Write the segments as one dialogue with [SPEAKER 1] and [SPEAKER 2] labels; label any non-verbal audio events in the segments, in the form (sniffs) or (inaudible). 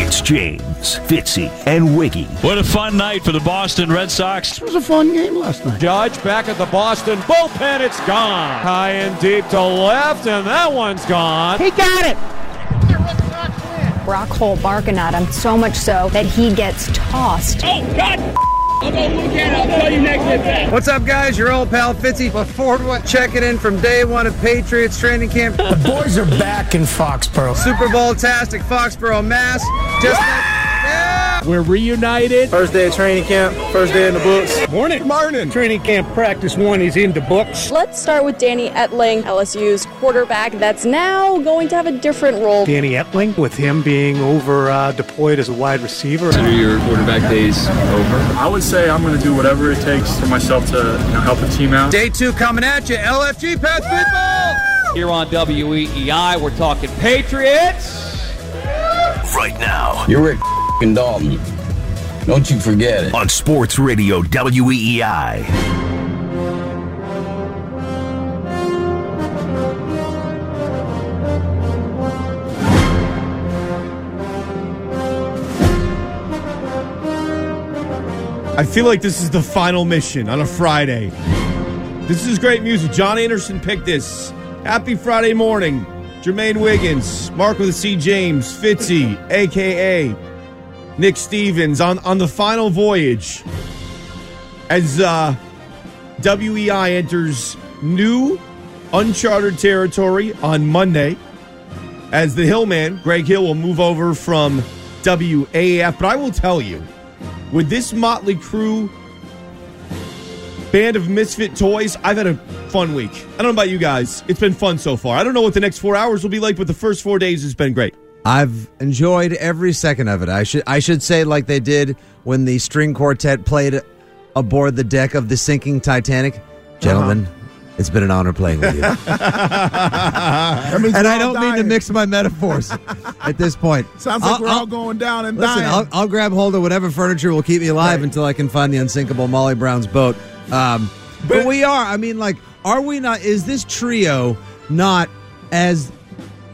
[SPEAKER 1] It's James, Fitzy, and Wiggy.
[SPEAKER 2] What a fun night for the Boston Red Sox.
[SPEAKER 3] It was a fun game last night.
[SPEAKER 4] Judge back at the Boston bullpen. It's gone. High and deep to left, and that one's gone.
[SPEAKER 5] He got it.
[SPEAKER 6] Brock Holt barking at him so much so that he gets tossed.
[SPEAKER 7] Oh, God! I'm gonna look at it. I'll tell you next time.
[SPEAKER 8] What's up, guys? Your old pal Fitzy. But Ford went checking in from day one of Patriots training camp.
[SPEAKER 9] the boys are back in Foxborough.
[SPEAKER 8] Super Bowl tastic Foxborough, Mass. Just like.
[SPEAKER 4] We're reunited.
[SPEAKER 8] First day of training camp, first day in the books.
[SPEAKER 10] Morning. Morning.
[SPEAKER 11] Training camp practice one is in the books.
[SPEAKER 12] Let's start with Danny Etling, LSU's quarterback that's now going to have a different role.
[SPEAKER 11] Danny Etling, with him being over uh, deployed as a wide receiver.
[SPEAKER 13] Consider your quarterback days over.
[SPEAKER 14] I would say I'm going to do whatever it takes for myself to you know, help the team out.
[SPEAKER 8] Day two coming at you, LFG Pats Pitbull!
[SPEAKER 15] Here on WEEI, we're talking Patriots.
[SPEAKER 1] Right now.
[SPEAKER 16] You're at f***ing Dalton. Don't you forget it.
[SPEAKER 1] On Sports Radio E WEEI.
[SPEAKER 17] I feel like this is the final mission on a Friday. This is great music. John Anderson picked this. Happy Friday morning. Jermaine Wiggins, Mark with a C. James, Fitzy, aka Nick Stevens on, on the final voyage as uh, WEI enters new uncharted territory on Monday as the Hillman, Greg Hill, will move over from WAF. But I will tell you, with this Motley Crew band of misfit toys, I've had a fun week. I don't know about you guys. It's been fun so far. I don't know what the next four hours will be like, but the first four days has been great.
[SPEAKER 18] I've enjoyed every second of it. I should I should say like they did when the string quartet played aboard the deck of the sinking Titanic. Gentlemen, uh-huh. it's been an honor playing with you. and I don't dying. mean to mix my metaphors at this point.
[SPEAKER 19] Sounds like I'll, we're I'll, all going down and
[SPEAKER 18] Uh, listen,
[SPEAKER 19] dying.
[SPEAKER 18] I'll, I'll, grab hold of whatever furniture will keep me alive right. until I can find the unsinkable Molly Brown's boat. Um, but, but we are. I mean, like, are we not? Is this trio not as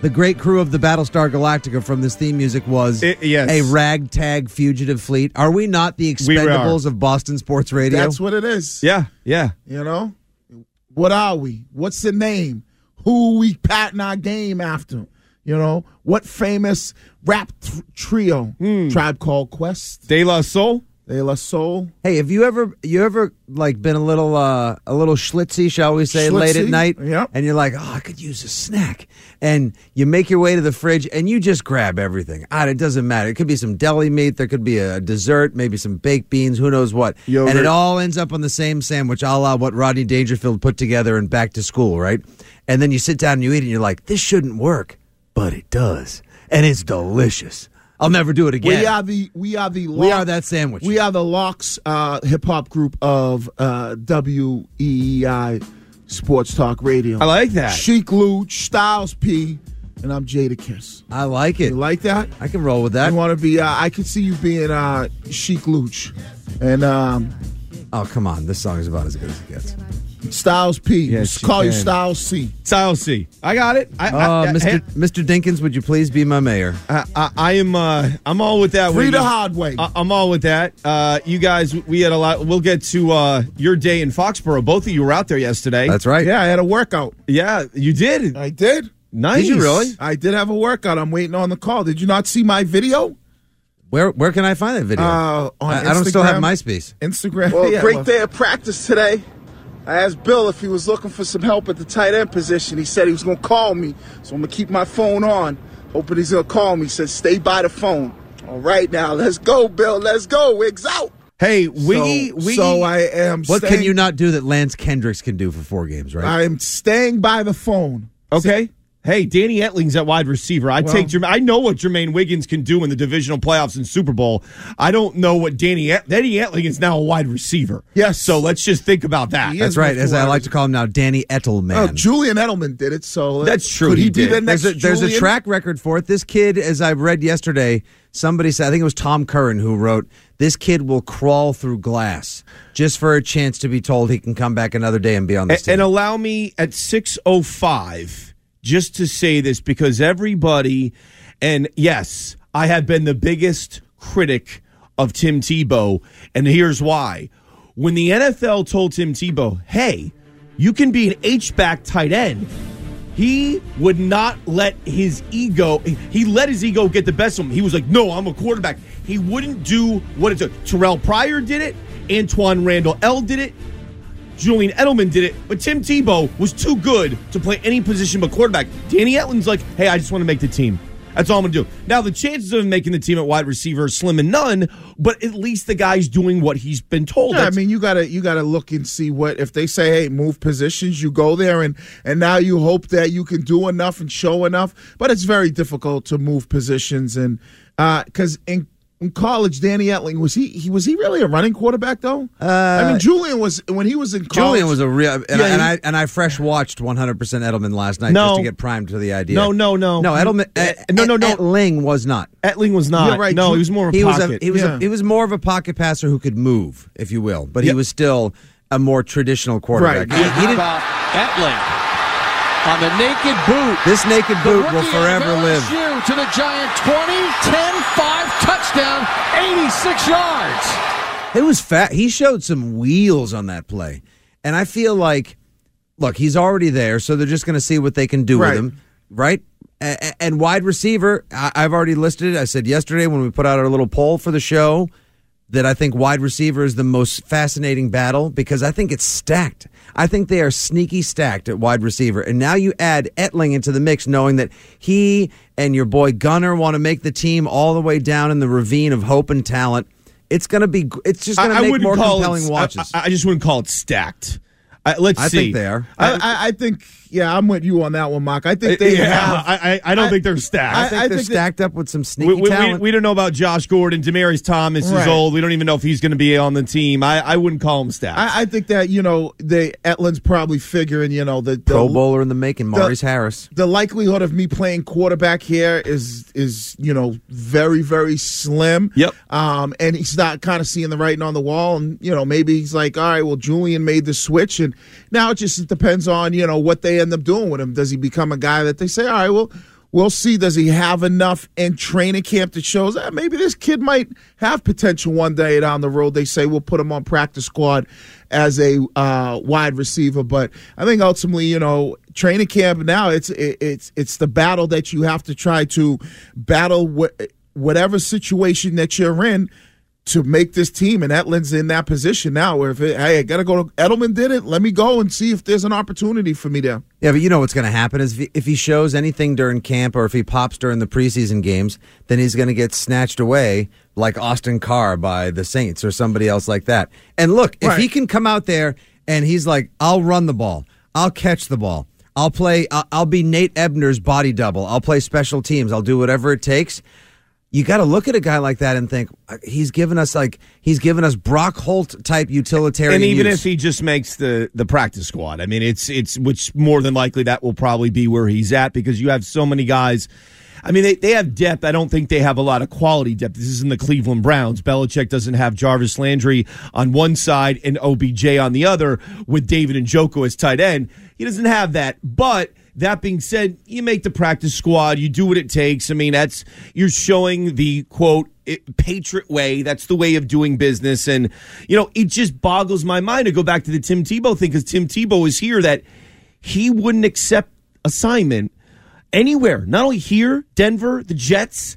[SPEAKER 18] the great crew of the Battlestar Galactica from this theme music was
[SPEAKER 17] it, yes.
[SPEAKER 18] a ragtag fugitive fleet. Are we not the expendables of Boston sports radio?
[SPEAKER 19] That's what it is.
[SPEAKER 17] Yeah, yeah.
[SPEAKER 19] You know, what are we? What's the name? Who we patting our game after? You know, what famous rap th- trio?
[SPEAKER 18] Hmm.
[SPEAKER 19] Mm. Tribe Called Quest,
[SPEAKER 17] De La Soul.
[SPEAKER 19] De La Soul.
[SPEAKER 18] Hey, have you ever you ever like been a little uh a little schlitzy, shall we say, schlitzy. late at night?
[SPEAKER 19] Yeah.
[SPEAKER 18] And you're like, oh, I could use a snack. And you make your way to the fridge and you just grab everything. Ah, it doesn't matter. It could be some deli meat, there could be a dessert, maybe some baked beans, who knows what.
[SPEAKER 17] Yogurt.
[SPEAKER 18] And it all ends up on the same sandwich, a la what Rodney Dangerfield put together and back to school, right? And then you sit down and you eat and you're like, this shouldn't work. But it does. And it's delicious. I'll never do it again.
[SPEAKER 19] We are the we are the
[SPEAKER 18] Lox, we are that sandwich.
[SPEAKER 19] We are the Locks uh, hip hop group of uh, WEEI Sports Talk Radio.
[SPEAKER 17] I like that.
[SPEAKER 19] Chic Lou, Styles P, and I'm Jada Kiss.
[SPEAKER 18] I like it.
[SPEAKER 19] You like that?
[SPEAKER 18] I can roll with that.
[SPEAKER 19] You want to be? Uh, I can see you being uh, Chic Luch, and um,
[SPEAKER 18] oh come on, this song is about as good as it gets.
[SPEAKER 19] Styles P. Yes, call can. you Styles C.
[SPEAKER 17] Styles C. I got it. I,
[SPEAKER 18] uh, I, I, Mr. Hey. Mr. Dinkins, would you please be my mayor?
[SPEAKER 17] I, I, am. Uh, I'm all with that.
[SPEAKER 19] Free the hard way.
[SPEAKER 17] I, am all with that. Uh, you guys, we had a lot. We'll get to uh, your day in Foxborough. Both of you were out there yesterday.
[SPEAKER 18] That's right.
[SPEAKER 19] Yeah, I had a workout.
[SPEAKER 17] Yeah, you did.
[SPEAKER 19] I did.
[SPEAKER 17] Nice.
[SPEAKER 18] Did you really?
[SPEAKER 19] I did have a workout. I'm waiting on the call. Did you not see my video?
[SPEAKER 18] Where where can I find that video?
[SPEAKER 19] I,
[SPEAKER 18] I, don't still have MySpace.
[SPEAKER 19] Uh, Instagram.
[SPEAKER 20] Well, yeah, great well. day of practice today. I asked Bill if he was looking for some help at the tight end position. He said he was going to call me, so I'm going to keep my phone on, hoping he's going to call me. He said, stay by the phone. All right, now, let's go, Bill. Let's go. Wigs out.
[SPEAKER 17] Hey, Wiggy, so, Wiggy.
[SPEAKER 19] So I am
[SPEAKER 18] What
[SPEAKER 19] staying,
[SPEAKER 18] can you not do that Lance Kendricks can do for four games, right?
[SPEAKER 19] I'm staying by the phone.
[SPEAKER 17] Okay. Hey, Danny Etling's at wide receiver. I well, take Jermaine, I know what Jermaine Wiggins can do in the divisional playoffs and Super Bowl. I don't know what Danny Et- Danny Etling is now a wide receiver.
[SPEAKER 19] Yes.
[SPEAKER 17] So let's just think about that.
[SPEAKER 18] That's right, as I like to call him now, Danny Etelman.
[SPEAKER 19] Oh, Julian Edelman did it. So
[SPEAKER 17] that's true.
[SPEAKER 19] Could he,
[SPEAKER 17] he
[SPEAKER 19] be the
[SPEAKER 18] next? There's a, there's a track record for it. This kid, as I read yesterday, somebody said I think it was Tom Curran who wrote this kid will crawl through glass just for a chance to be told he can come back another day and be on the
[SPEAKER 17] and, and allow me at six oh five just to say this because everybody, and yes, I have been the biggest critic of Tim Tebow, and here's why. When the NFL told Tim Tebow, hey, you can be an H-back tight end, he would not let his ego, he let his ego get the best of him. He was like, no, I'm a quarterback. He wouldn't do what it took. Terrell Pryor did it, Antoine Randall L did it, Julian Edelman did it, but Tim Tebow was too good to play any position but quarterback. Danny Etlin's like, hey, I just want to make the team. That's all I'm going to do. Now, the chances of him making the team at wide receiver are slim and none, but at least the guy's doing what he's been told.
[SPEAKER 19] Yeah, I
[SPEAKER 17] That's-
[SPEAKER 19] mean, you gotta you gotta look and see what if they say, hey, move positions, you go there, and and now you hope that you can do enough and show enough. But it's very difficult to move positions, and because in in college, Danny Etling was he he was he really a running quarterback though? Uh, I mean, Julian was when he was in college.
[SPEAKER 18] Julian was a real, and, I,
[SPEAKER 19] Yeah,
[SPEAKER 18] and
[SPEAKER 19] he-
[SPEAKER 18] I and I fresh watched 100 percent Edelman last night
[SPEAKER 17] No.
[SPEAKER 18] just to get primed to the idea.
[SPEAKER 17] No, no, no.
[SPEAKER 18] no. Edelman, eh, no, no, no. Etling was not.
[SPEAKER 17] Etling was not.
[SPEAKER 18] You're right.
[SPEAKER 17] No,
[SPEAKER 18] Ju-
[SPEAKER 17] he was more of a
[SPEAKER 18] he was
[SPEAKER 17] pocket.
[SPEAKER 18] he was
[SPEAKER 17] Yeah.
[SPEAKER 18] a, he was more of a pocket passer who could move, if you will, but he was still a more traditional quarterback.
[SPEAKER 15] How about Etling on the naked boot.
[SPEAKER 18] This naked
[SPEAKER 15] The
[SPEAKER 18] boot will
[SPEAKER 15] rookie
[SPEAKER 18] forever
[SPEAKER 15] of
[SPEAKER 18] live.
[SPEAKER 15] LSU to the Giant 20, 10, 5, touchdown, 86 yards.
[SPEAKER 18] It was fat. He showed some wheels on that play, and I feel like, look, he's already there, so they're just going to see what they can do
[SPEAKER 19] Right.
[SPEAKER 18] with him, right? A- a- And wide receiver, I- I've already listed it. I said yesterday when we put out our little poll for the show that I think wide receiver is the most fascinating battle because I think it's stacked. I think they are sneaky stacked at wide receiver. And now you add Etling into the mix, knowing that he and your boy Gunner want to make the team all the way down in the ravine of hope and talent. It's gonna be. gr- It's just gonna
[SPEAKER 17] I, I
[SPEAKER 18] make
[SPEAKER 17] wouldn't
[SPEAKER 18] more
[SPEAKER 17] call
[SPEAKER 18] compelling
[SPEAKER 17] it,
[SPEAKER 18] watches.
[SPEAKER 17] I, I- I just wouldn't call it stacked. I, let's
[SPEAKER 18] I
[SPEAKER 17] see.
[SPEAKER 18] think they are.
[SPEAKER 19] I, I, I think yeah, I'm with you on that one, Mark. I think they
[SPEAKER 17] Yeah,
[SPEAKER 19] have.
[SPEAKER 17] I, I, I don't think they're stacked.
[SPEAKER 19] I- I think that-
[SPEAKER 18] up with some sneaky
[SPEAKER 17] We, we, we,
[SPEAKER 18] talent.
[SPEAKER 17] we don't know about Josh Gordon. Demaryius Thomas is
[SPEAKER 19] Right.
[SPEAKER 17] old. We don't even know if he's going to be on the team. I, I wouldn't call him stacked.
[SPEAKER 19] I, I think that you know they Etlin's probably figuring you know that the
[SPEAKER 18] Pro bowler in the making,
[SPEAKER 19] the-
[SPEAKER 18] Maurice Harris.
[SPEAKER 19] the likelihood of me playing quarterback here is is you know very very slim.
[SPEAKER 17] Yep.
[SPEAKER 19] Um, and he's not kind of seeing the writing on the wall, and you know maybe he's like, all right, well Julian made the switch, and now it just depends on you know what they end up doing with him. Does he become a guy that they say, all right, well. We'll see. Does he have enough in training camp that shows that maybe this kid might have potential one day down the road? They say we'll put him on practice squad as a uh, wide receiver, but I think ultimately, you know, training camp now it's it, it's it's the battle that you have to try to battle wh- whatever situation that you're in to make this team, and Etlin's in that position now. Where if it, hey, I gotta go, to, Edelman did it. Let me go and see if there's an opportunity for me there.
[SPEAKER 18] Yeah, but you know what's going to happen is if he, if he shows anything during camp or if he pops during the preseason games, then he's going to get snatched away like Austin Carr by the Saints or somebody else like that. And look, if he can come out there and he's like, "I'll run the ball, I'll catch the ball, I'll play, I'll, I'll be Nate Ebner's body double, I'll play special teams, I'll do whatever it takes." You got to look at a guy like that and think "Uh, he's given us like he's given us Brock Holt type utilitarian.
[SPEAKER 17] and even
[SPEAKER 18] use.
[SPEAKER 17] if he just makes the the practice squad, I mean, it's it's which more than likely that will probably be where he's at because you have so many guys. I mean, they, they have depth. I don't think they have a lot of quality depth. This isn't the Cleveland Browns. Belichick doesn't have Jarvis Landry on one side and OBJ on the other with David and Joko as tight end. He doesn't have that. But that being said, you make the practice squad, you do what it takes. I mean, that's you're showing the quote it, patriot way. That's the way of doing business. And, you know, it just boggles my mind to go back to the Tim Tebow thing because Tim Tebow is here that he wouldn't accept assignment anywhere, not only here, Denver, the Jets,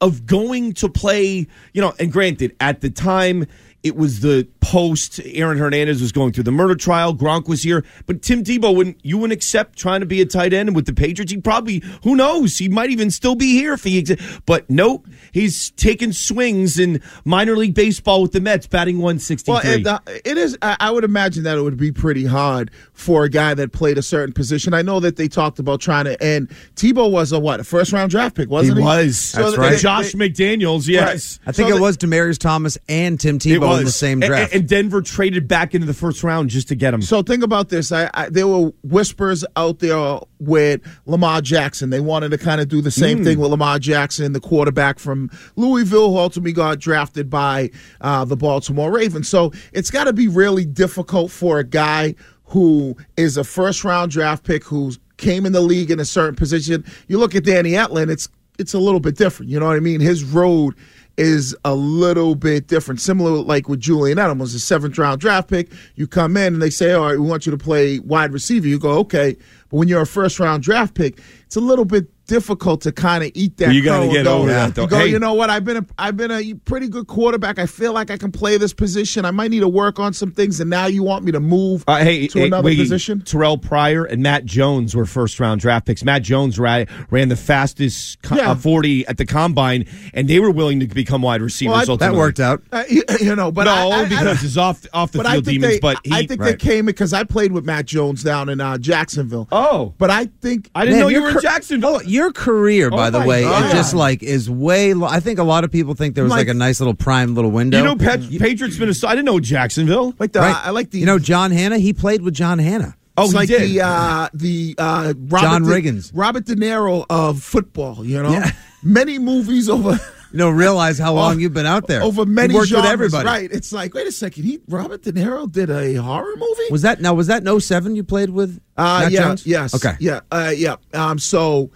[SPEAKER 17] of going to play, you know, and granted, at the time, it was the post Aaron Hernandez was going through the murder trial. Gronk was here, but Tim Tebow wouldn't. You wouldn't accept trying to be a tight end with the Patriots. He probably, who knows, he might even still be here if he. Ex- but nope, he's taking swings in minor league baseball with the Mets, batting one sixty
[SPEAKER 19] Well,
[SPEAKER 17] three.
[SPEAKER 19] and, uh, it is. I, I would imagine that it would be pretty hard for a guy that played a certain position. I know that they talked about trying to. And Tebow was a what? A first round draft pick, wasn't he?
[SPEAKER 17] was.
[SPEAKER 19] So
[SPEAKER 18] That's
[SPEAKER 19] they-
[SPEAKER 18] right.
[SPEAKER 19] they-
[SPEAKER 17] Josh McDaniels, yes.
[SPEAKER 18] I think
[SPEAKER 19] So
[SPEAKER 18] it
[SPEAKER 19] the-
[SPEAKER 18] was Demarius Thomas and Tim Tebow in the same
[SPEAKER 17] And-
[SPEAKER 18] draft.
[SPEAKER 17] and Denver traded back into the first round just to get him.
[SPEAKER 19] So think about this. I, I there were whispers out there with Lamar Jackson. They wanted to kind of do the same thing with Lamar Jackson, the quarterback from Louisville, who ultimately got drafted by uh, the Baltimore Ravens. So it's got to be really difficult for a guy who is a first round draft pick who came in the league in a certain position. You look at Danny Etlin. It's it's a little bit different. You know what I mean? His road is a little bit different. Similar like with Julian Edelman's a seventh round draft pick. You come in and they say, All right, we want you to play wide receiver. You go, Okay. But when you're a first round draft pick, it's a little bit difficult to kind of eat that.
[SPEAKER 17] You gotta
[SPEAKER 19] crow
[SPEAKER 17] get
[SPEAKER 19] and go,
[SPEAKER 17] over that, though.
[SPEAKER 19] You go,
[SPEAKER 17] Hey.
[SPEAKER 19] you know what? I've been a I've been a pretty good quarterback. I feel like I can play this position. I might need to work on some things and now you want me to move
[SPEAKER 17] Uh, hey,
[SPEAKER 19] to
[SPEAKER 17] hey,
[SPEAKER 19] another
[SPEAKER 17] Wiggy,
[SPEAKER 19] position.
[SPEAKER 17] Terrell Pryor and Matt Jones were first round draft picks. Matt Jones ran, ran the fastest co-
[SPEAKER 19] Yeah.
[SPEAKER 17] uh, 40 at the combine, and they were willing to become wide receivers.
[SPEAKER 19] I-
[SPEAKER 17] ultimately.
[SPEAKER 19] Uh, you, (laughs) you know, but
[SPEAKER 17] no,
[SPEAKER 19] I,
[SPEAKER 17] only
[SPEAKER 19] I-
[SPEAKER 17] because
[SPEAKER 19] I-
[SPEAKER 17] his off off the
[SPEAKER 19] but I
[SPEAKER 17] field
[SPEAKER 19] think
[SPEAKER 17] demons.
[SPEAKER 19] they-
[SPEAKER 17] but he,
[SPEAKER 19] I think they came because I played with Matt Jones down in uh, Jacksonville.
[SPEAKER 17] Oh,
[SPEAKER 19] but I think
[SPEAKER 17] I didn't know you
[SPEAKER 18] your
[SPEAKER 17] were in
[SPEAKER 18] car-
[SPEAKER 17] Jacksonville.
[SPEAKER 18] Oh, your career, by
[SPEAKER 17] Oh
[SPEAKER 18] the
[SPEAKER 17] my
[SPEAKER 18] way,
[SPEAKER 17] God.
[SPEAKER 18] it just like is way. Lo- I think a lot of people think there was like,
[SPEAKER 17] Like-
[SPEAKER 18] a nice little prime little window.
[SPEAKER 17] you know, Pat, Patriots, Minnesota. I didn't know Jacksonville.
[SPEAKER 19] Like the,
[SPEAKER 18] Right.
[SPEAKER 19] uh, I like the.
[SPEAKER 18] You know, John Hanna. He played with John Hanna.
[SPEAKER 17] Oh,
[SPEAKER 19] it's
[SPEAKER 17] he
[SPEAKER 19] like
[SPEAKER 17] did.
[SPEAKER 19] the uh, the uh, Robert
[SPEAKER 18] John
[SPEAKER 19] De-
[SPEAKER 18] Riggins.
[SPEAKER 19] Robert De Niro of football. You know, many movies over.
[SPEAKER 18] You don't realize how long you've been out there.
[SPEAKER 19] Oh, over
[SPEAKER 18] He
[SPEAKER 19] many
[SPEAKER 18] worked
[SPEAKER 19] genres,
[SPEAKER 18] with everybody.
[SPEAKER 19] Right? It's like, wait a second, he Robert De Niro did a horror movie.
[SPEAKER 18] Was that now? Was that no seven you played with?
[SPEAKER 19] Uh,
[SPEAKER 18] Matt
[SPEAKER 19] yeah,
[SPEAKER 18] Jones?
[SPEAKER 19] yes,
[SPEAKER 18] Okay.
[SPEAKER 19] yeah, uh, yeah. Um, so,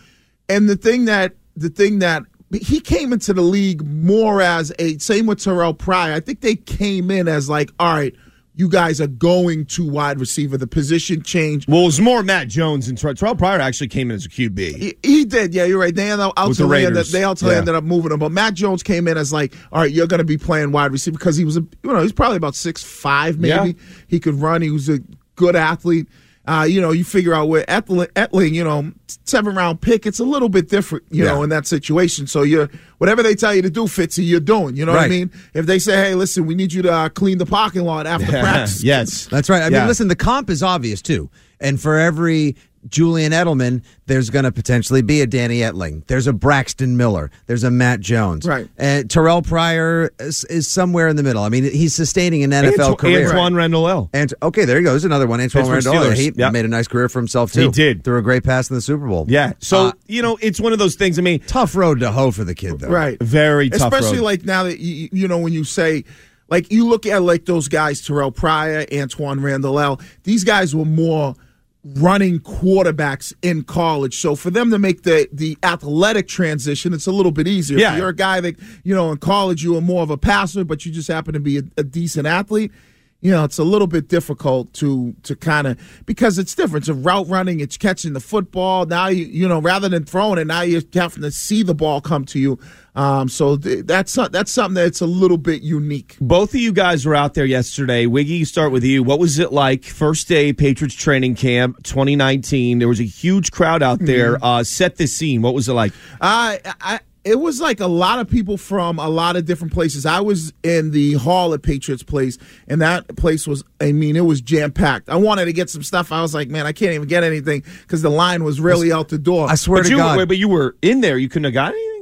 [SPEAKER 19] and the thing that the thing that he came into the league more as a same with Terrell Pryor. I think they came in as like, all right, you guys are going to wide receiver. The position change.
[SPEAKER 17] Well, it was more Matt Jones and Ter- Terrell Pryor actually came in as a QB.
[SPEAKER 19] He, he did, yeah, you're right. They ended up,
[SPEAKER 17] With the
[SPEAKER 19] ultimately ended,
[SPEAKER 17] Raiders,
[SPEAKER 19] they ultimately
[SPEAKER 17] yeah.
[SPEAKER 19] ended up moving him, but Matt Jones came in as like, all right, you're going to be playing wide receiver because he was, a, you know, he's probably about six five, maybe. He could run. He was a good athlete. Uh, you know, you figure out where Etling, Etling, you know, seven round pick, it's a little bit different, you
[SPEAKER 3] Yeah.
[SPEAKER 19] know, in that situation. So you're whatever they tell you to do, Fitzy, you're doing. You know what I
[SPEAKER 18] Right.
[SPEAKER 19] mean? If they say, hey, listen, we need you to uh, clean the parking lot
[SPEAKER 17] (laughs)
[SPEAKER 19] after practice,
[SPEAKER 17] yes,
[SPEAKER 18] that's right. I
[SPEAKER 19] Yeah.
[SPEAKER 18] mean, listen, the comp is obvious too. And for every Julian Edelman, there's going to potentially be a Danny Etling. There's a Braxton Miller. There's a Matt Jones.
[SPEAKER 19] Right.
[SPEAKER 18] And Terrell Pryor is, is somewhere in the middle. I mean, he's sustaining an NFL
[SPEAKER 17] Anto-
[SPEAKER 18] career.
[SPEAKER 17] Antoine Randall L.
[SPEAKER 18] And okay, there you go. There's another one. Antoine
[SPEAKER 17] Pittsburgh
[SPEAKER 18] Randall.
[SPEAKER 17] Steelers.
[SPEAKER 18] He
[SPEAKER 17] Yeah.
[SPEAKER 18] made a nice career for himself too.
[SPEAKER 17] He did.
[SPEAKER 18] Threw a great pass in the Super Bowl.
[SPEAKER 17] Yeah. So
[SPEAKER 18] Uh,
[SPEAKER 17] you know, it's one of those things. I mean,
[SPEAKER 18] tough road to hoe for the kid, though.
[SPEAKER 19] Right.
[SPEAKER 17] Very tough.
[SPEAKER 19] especially
[SPEAKER 17] road.
[SPEAKER 19] like now that you, you know when you say like you look at like those guys Terrell Pryor, Antoine Randall L. These guys were more running quarterbacks in college, so for them to make the the athletic transition, it's a little bit easier.
[SPEAKER 17] Yeah.
[SPEAKER 19] If you're a guy that you know in college you were more of a passer, but you just happen to be a, a decent athlete. You know, it's a little bit difficult to to kind of because it's different. It's route running, it's catching the football. Now you you know rather than throwing it, now you're having to see the ball come to you. Um, so th- that's some- that's something that's a little bit unique.
[SPEAKER 17] Both of you guys were out there yesterday. Wiggy, start with you. What was it like? First day Patriots training camp 2019. There was a huge crowd out
[SPEAKER 19] Mm-hmm.
[SPEAKER 17] there. Uh, set the scene. What was it like?
[SPEAKER 19] I, I it was like a lot of people from a lot of different places. I was in the hall at Patriots Place, and that place was, I mean, it was jam packed. I wanted to get some stuff. I was like, man, I can't even get anything because the line was really out the door.
[SPEAKER 17] but you Were, but you were in there. You couldn't have got anything.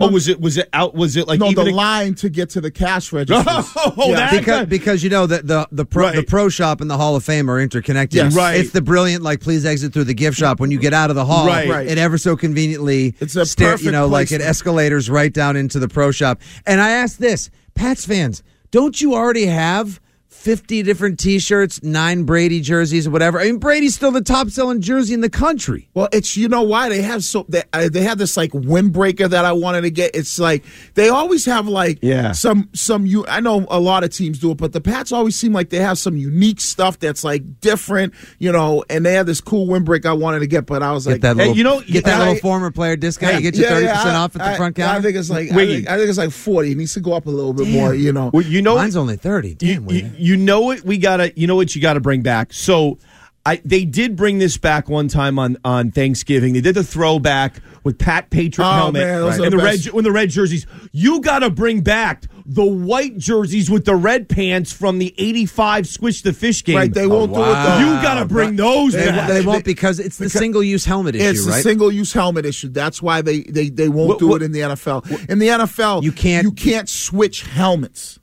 [SPEAKER 17] Oh, was it? Was it out? Was it like
[SPEAKER 19] Um, no,
[SPEAKER 17] even
[SPEAKER 19] the
[SPEAKER 17] a-
[SPEAKER 19] line to get to the cash register.
[SPEAKER 17] (laughs) Oh, that
[SPEAKER 18] because because you know that the the pro, the pro shop and the Hall of Fame are interconnected.
[SPEAKER 19] Yes. Right.
[SPEAKER 18] It's the brilliant like please exit through the gift shop when you get out of the hall.
[SPEAKER 19] Right. Right.
[SPEAKER 18] It ever so conveniently
[SPEAKER 19] It's a
[SPEAKER 18] you
[SPEAKER 19] perfect
[SPEAKER 18] know like it
[SPEAKER 19] placement.
[SPEAKER 18] escalators right down into the pro shop. And I ask this, Pats fans, don't you already have 50 different t-shirts, 9 Brady jerseys, whatever. I mean Brady's still the top selling jersey in the country.
[SPEAKER 19] Well, it's you know why they have so they, uh, they have this like windbreaker that I wanted to get. It's like they always have like
[SPEAKER 17] Yeah.
[SPEAKER 19] some some you I know a lot of teams do it, but the Pats always seem like they have some unique stuff that's like different, you know. And they have this cool windbreaker I wanted to get, but I was like,
[SPEAKER 18] Get that little,
[SPEAKER 19] you know,
[SPEAKER 18] get that
[SPEAKER 19] I-
[SPEAKER 18] little former player discount.
[SPEAKER 19] yeah,
[SPEAKER 18] you get your
[SPEAKER 19] yeah,
[SPEAKER 18] thirty
[SPEAKER 19] yeah,
[SPEAKER 18] percent
[SPEAKER 19] I-
[SPEAKER 18] off at the
[SPEAKER 19] I-
[SPEAKER 18] front counter.
[SPEAKER 19] I think it's like I
[SPEAKER 17] Wiggy.
[SPEAKER 19] think, I think it's like forty. It needs to go up a little bit
[SPEAKER 18] Damn.
[SPEAKER 19] more, you know.
[SPEAKER 17] Well, you know,
[SPEAKER 18] mine's only thirty. Damn,
[SPEAKER 17] you, you know what we gotta you know what you gotta bring back so I, they did bring this back one time on, on Thanksgiving. They did the throwback with Pat Patrick
[SPEAKER 19] Oh,
[SPEAKER 17] helmet
[SPEAKER 19] man, those are
[SPEAKER 17] and
[SPEAKER 19] the
[SPEAKER 17] the red
[SPEAKER 19] best.
[SPEAKER 17] jer- when the red jerseys. You got to bring back the white jerseys with the red pants from the '85 Squish the Fish game.
[SPEAKER 19] Right, they won't do it, though.
[SPEAKER 17] You got to bring those.
[SPEAKER 18] They,
[SPEAKER 17] back.
[SPEAKER 18] they won't because it's the single use helmet issue,
[SPEAKER 19] It's
[SPEAKER 18] right?
[SPEAKER 19] a single use helmet issue. That's why they they, they won't
[SPEAKER 18] What-
[SPEAKER 19] do
[SPEAKER 18] what-
[SPEAKER 19] it in the NFL. in the NFL, you can't you can't switch helmets.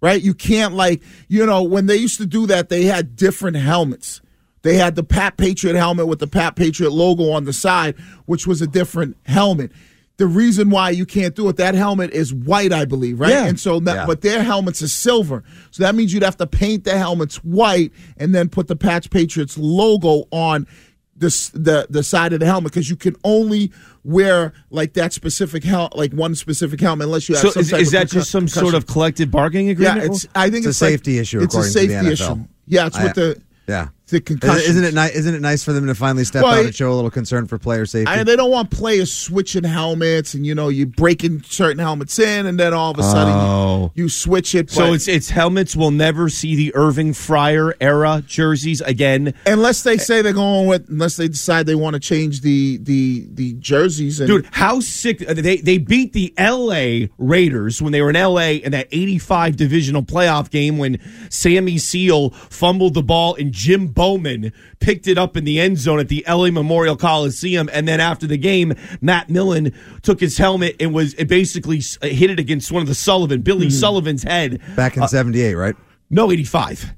[SPEAKER 19] Right? You can't like, you know, when they used to do that, they had different helmets. They had the Pat Patriot helmet with the Pat Patriot logo on the side, which was a different helmet. The reason why you can't do it, that helmet is white, I believe, right?
[SPEAKER 17] Yeah.
[SPEAKER 19] And so that,
[SPEAKER 17] Yeah.
[SPEAKER 19] but their helmets are silver. So that means you'd have to paint the helmets white and then put the Patch Patriots logo on this the the side of the helmet because you can only wear like that specific helmet, like one specific helmet, unless you have.
[SPEAKER 17] So
[SPEAKER 19] some
[SPEAKER 17] is,
[SPEAKER 19] type
[SPEAKER 17] is
[SPEAKER 19] of
[SPEAKER 17] that
[SPEAKER 19] percu-
[SPEAKER 17] just some sort of
[SPEAKER 19] concussion.
[SPEAKER 17] collective bargaining agreement?
[SPEAKER 19] Yeah, it's. I think
[SPEAKER 18] It's a
[SPEAKER 19] it's, like-
[SPEAKER 18] safety issue,
[SPEAKER 19] It's a
[SPEAKER 18] according to the
[SPEAKER 19] safety
[SPEAKER 18] NFL.
[SPEAKER 19] issue. Yeah, it's
[SPEAKER 18] I-
[SPEAKER 19] with the
[SPEAKER 18] Yeah.
[SPEAKER 19] the concussion.
[SPEAKER 18] Isn't it nice? Isn't it nice for them to finally step
[SPEAKER 19] Well,
[SPEAKER 18] out
[SPEAKER 19] it-
[SPEAKER 18] and show a little concern for player safety?
[SPEAKER 19] I, they don't want players switching helmets, and you know you breaking certain helmets in, and then all of a sudden you-
[SPEAKER 17] Oh.
[SPEAKER 19] you, switch it.
[SPEAKER 17] so
[SPEAKER 19] but-
[SPEAKER 17] it's it's helmets will never see the Irving Fryer era jerseys again.
[SPEAKER 19] unless they say they're going with, unless they decide they want to change the the the jerseys. And,
[SPEAKER 17] Dude, how sick uh, they they beat the LA Raiders when they were in LA in that 85 divisional playoff game when Sammy Seal fumbled the ball and Jim Bowman picked it up in the end zone at the LA Memorial Coliseum and then after the game Matt Millen took his helmet and was it basically s- hit it against one of the Sullivan Billy Sullivan's head
[SPEAKER 18] Back in '78, right?
[SPEAKER 17] No, '85.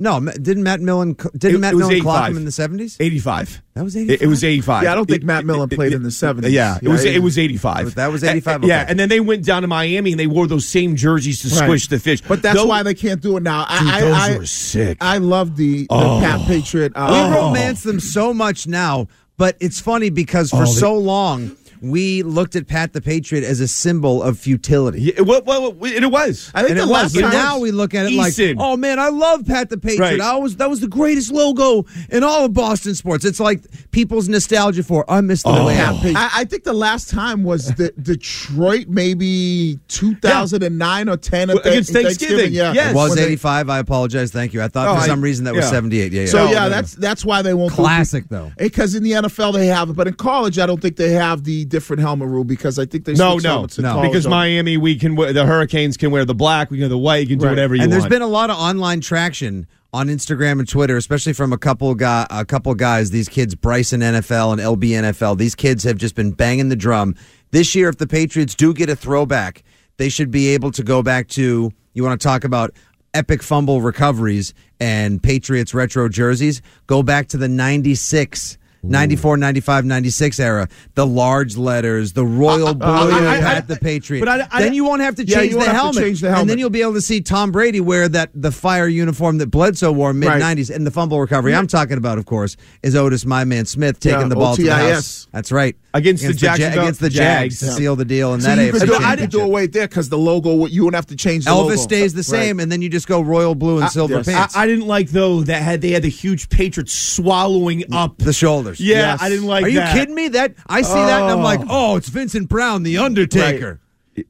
[SPEAKER 18] No, Ma- didn't Matt Millen? co- Didn't
[SPEAKER 17] It-
[SPEAKER 18] Matt
[SPEAKER 17] it was
[SPEAKER 18] Millen clock
[SPEAKER 17] 85.
[SPEAKER 18] him in the '70s?
[SPEAKER 17] 85.
[SPEAKER 18] That was
[SPEAKER 17] It,
[SPEAKER 18] 85.
[SPEAKER 17] it was 85.
[SPEAKER 19] Yeah, I don't think Matt Millen played in the 70s.
[SPEAKER 17] Yeah, it was it was 85.
[SPEAKER 18] That was 85,
[SPEAKER 17] Yeah,
[SPEAKER 18] okay.
[SPEAKER 17] and then they went down to Miami and they wore those same jerseys to
[SPEAKER 19] Right.
[SPEAKER 17] squish the fish.
[SPEAKER 19] But that's
[SPEAKER 17] Those-
[SPEAKER 19] why they can't do it now.
[SPEAKER 17] Dude,
[SPEAKER 19] I, I,
[SPEAKER 17] those
[SPEAKER 19] I,
[SPEAKER 17] were sick.
[SPEAKER 19] I love the, the
[SPEAKER 17] Oh.
[SPEAKER 19] Pat Patriot.
[SPEAKER 18] we
[SPEAKER 19] Uh,
[SPEAKER 18] romance them so much now, but it's funny because for
[SPEAKER 17] Oh, they-
[SPEAKER 18] so long we looked at Pat the Patriot as a symbol of futility.
[SPEAKER 17] Yeah, what, what, what- it was.
[SPEAKER 19] I think
[SPEAKER 18] and
[SPEAKER 19] the
[SPEAKER 18] it
[SPEAKER 19] last
[SPEAKER 18] was. And
[SPEAKER 19] time
[SPEAKER 18] now we look at it
[SPEAKER 17] Eason.
[SPEAKER 18] like, oh man, I love Pat the Patriot.
[SPEAKER 17] Right.
[SPEAKER 18] I was that was the greatest logo in all of Boston sports. It's like people's nostalgia for. I miss the
[SPEAKER 19] Oh.
[SPEAKER 18] way Pat Patriot.
[SPEAKER 19] I, I think the last time was the Detroit, maybe 2009 or 10 or
[SPEAKER 17] Well, against
[SPEAKER 19] Thank-
[SPEAKER 17] Thanksgiving,
[SPEAKER 19] Yeah,
[SPEAKER 17] yes.
[SPEAKER 18] It was
[SPEAKER 19] When they-
[SPEAKER 18] 85. I apologize. Thank you. I thought
[SPEAKER 19] Oh,
[SPEAKER 18] for
[SPEAKER 19] I-
[SPEAKER 18] some reason that was
[SPEAKER 17] yeah.
[SPEAKER 18] 78. Yeah, yeah.
[SPEAKER 19] So yeah, that's that's why they won't do it.
[SPEAKER 18] classic though.
[SPEAKER 19] Because in the NFL they have it, but in college I don't think they have the different helmet rule because I think they
[SPEAKER 17] No,
[SPEAKER 19] switch
[SPEAKER 17] no,
[SPEAKER 19] helmets in
[SPEAKER 18] no.
[SPEAKER 19] college.
[SPEAKER 17] because
[SPEAKER 19] So-
[SPEAKER 17] Miami, we can wear, the Hurricanes can wear the black, we can wear the white, you can do
[SPEAKER 19] Right.
[SPEAKER 17] whatever you
[SPEAKER 18] and
[SPEAKER 17] want.
[SPEAKER 18] there's been a lot of online traction on Instagram and Twitter, especially from a couple guy, a couple guys. These kids, Bryson NFL and LB NFL. These kids have just been banging the drum this year. If the Patriots do get a throwback, they should be able to go back to. You want to talk about epic fumble recoveries and Patriots retro jerseys? Go back to the '96. 94, 95, 96 era, the large letters, the
[SPEAKER 19] Uh,
[SPEAKER 18] royal blue
[SPEAKER 17] I- I-
[SPEAKER 18] Pat the Patriot.
[SPEAKER 17] but I- I-
[SPEAKER 18] then you won't have to
[SPEAKER 19] Yeah,
[SPEAKER 18] change,
[SPEAKER 19] you
[SPEAKER 18] the,
[SPEAKER 19] won't have to
[SPEAKER 18] helmet,
[SPEAKER 19] change the
[SPEAKER 18] And
[SPEAKER 19] helmet.
[SPEAKER 18] then you'll be able to see Tom Brady wear that the fire uniform that Bledsoe wore mid
[SPEAKER 19] Right.
[SPEAKER 18] '90s, and the fumble recovery I'm talking about, of course, is Otis my man Smith taking
[SPEAKER 19] Yeah,
[SPEAKER 18] the ball to the
[SPEAKER 19] OTIS.
[SPEAKER 18] house. That's right
[SPEAKER 17] Against the
[SPEAKER 18] Ja-
[SPEAKER 17] Jacksonville
[SPEAKER 18] against the Jags,
[SPEAKER 17] Jags.
[SPEAKER 18] to
[SPEAKER 17] Yeah.
[SPEAKER 18] seal the deal in
[SPEAKER 19] So
[SPEAKER 18] that
[SPEAKER 19] you could
[SPEAKER 18] AFC
[SPEAKER 19] do, I didn't
[SPEAKER 18] championship.
[SPEAKER 19] do away there because the logo you wouldn't have to change. the
[SPEAKER 18] Elvis
[SPEAKER 19] logo.
[SPEAKER 18] stays the
[SPEAKER 19] Right.
[SPEAKER 18] same, and then you just go royal blue and silver
[SPEAKER 19] yes.
[SPEAKER 18] pants.
[SPEAKER 17] I, I didn't like though that had they had the huge Patriots swallowing up.
[SPEAKER 18] the shoulders.
[SPEAKER 17] yeah,
[SPEAKER 19] Yes.
[SPEAKER 17] I didn't like.
[SPEAKER 18] Are you
[SPEAKER 17] that.
[SPEAKER 18] kidding me? That I see that and I'm like, oh, it's Vincent Brown, the Undertaker.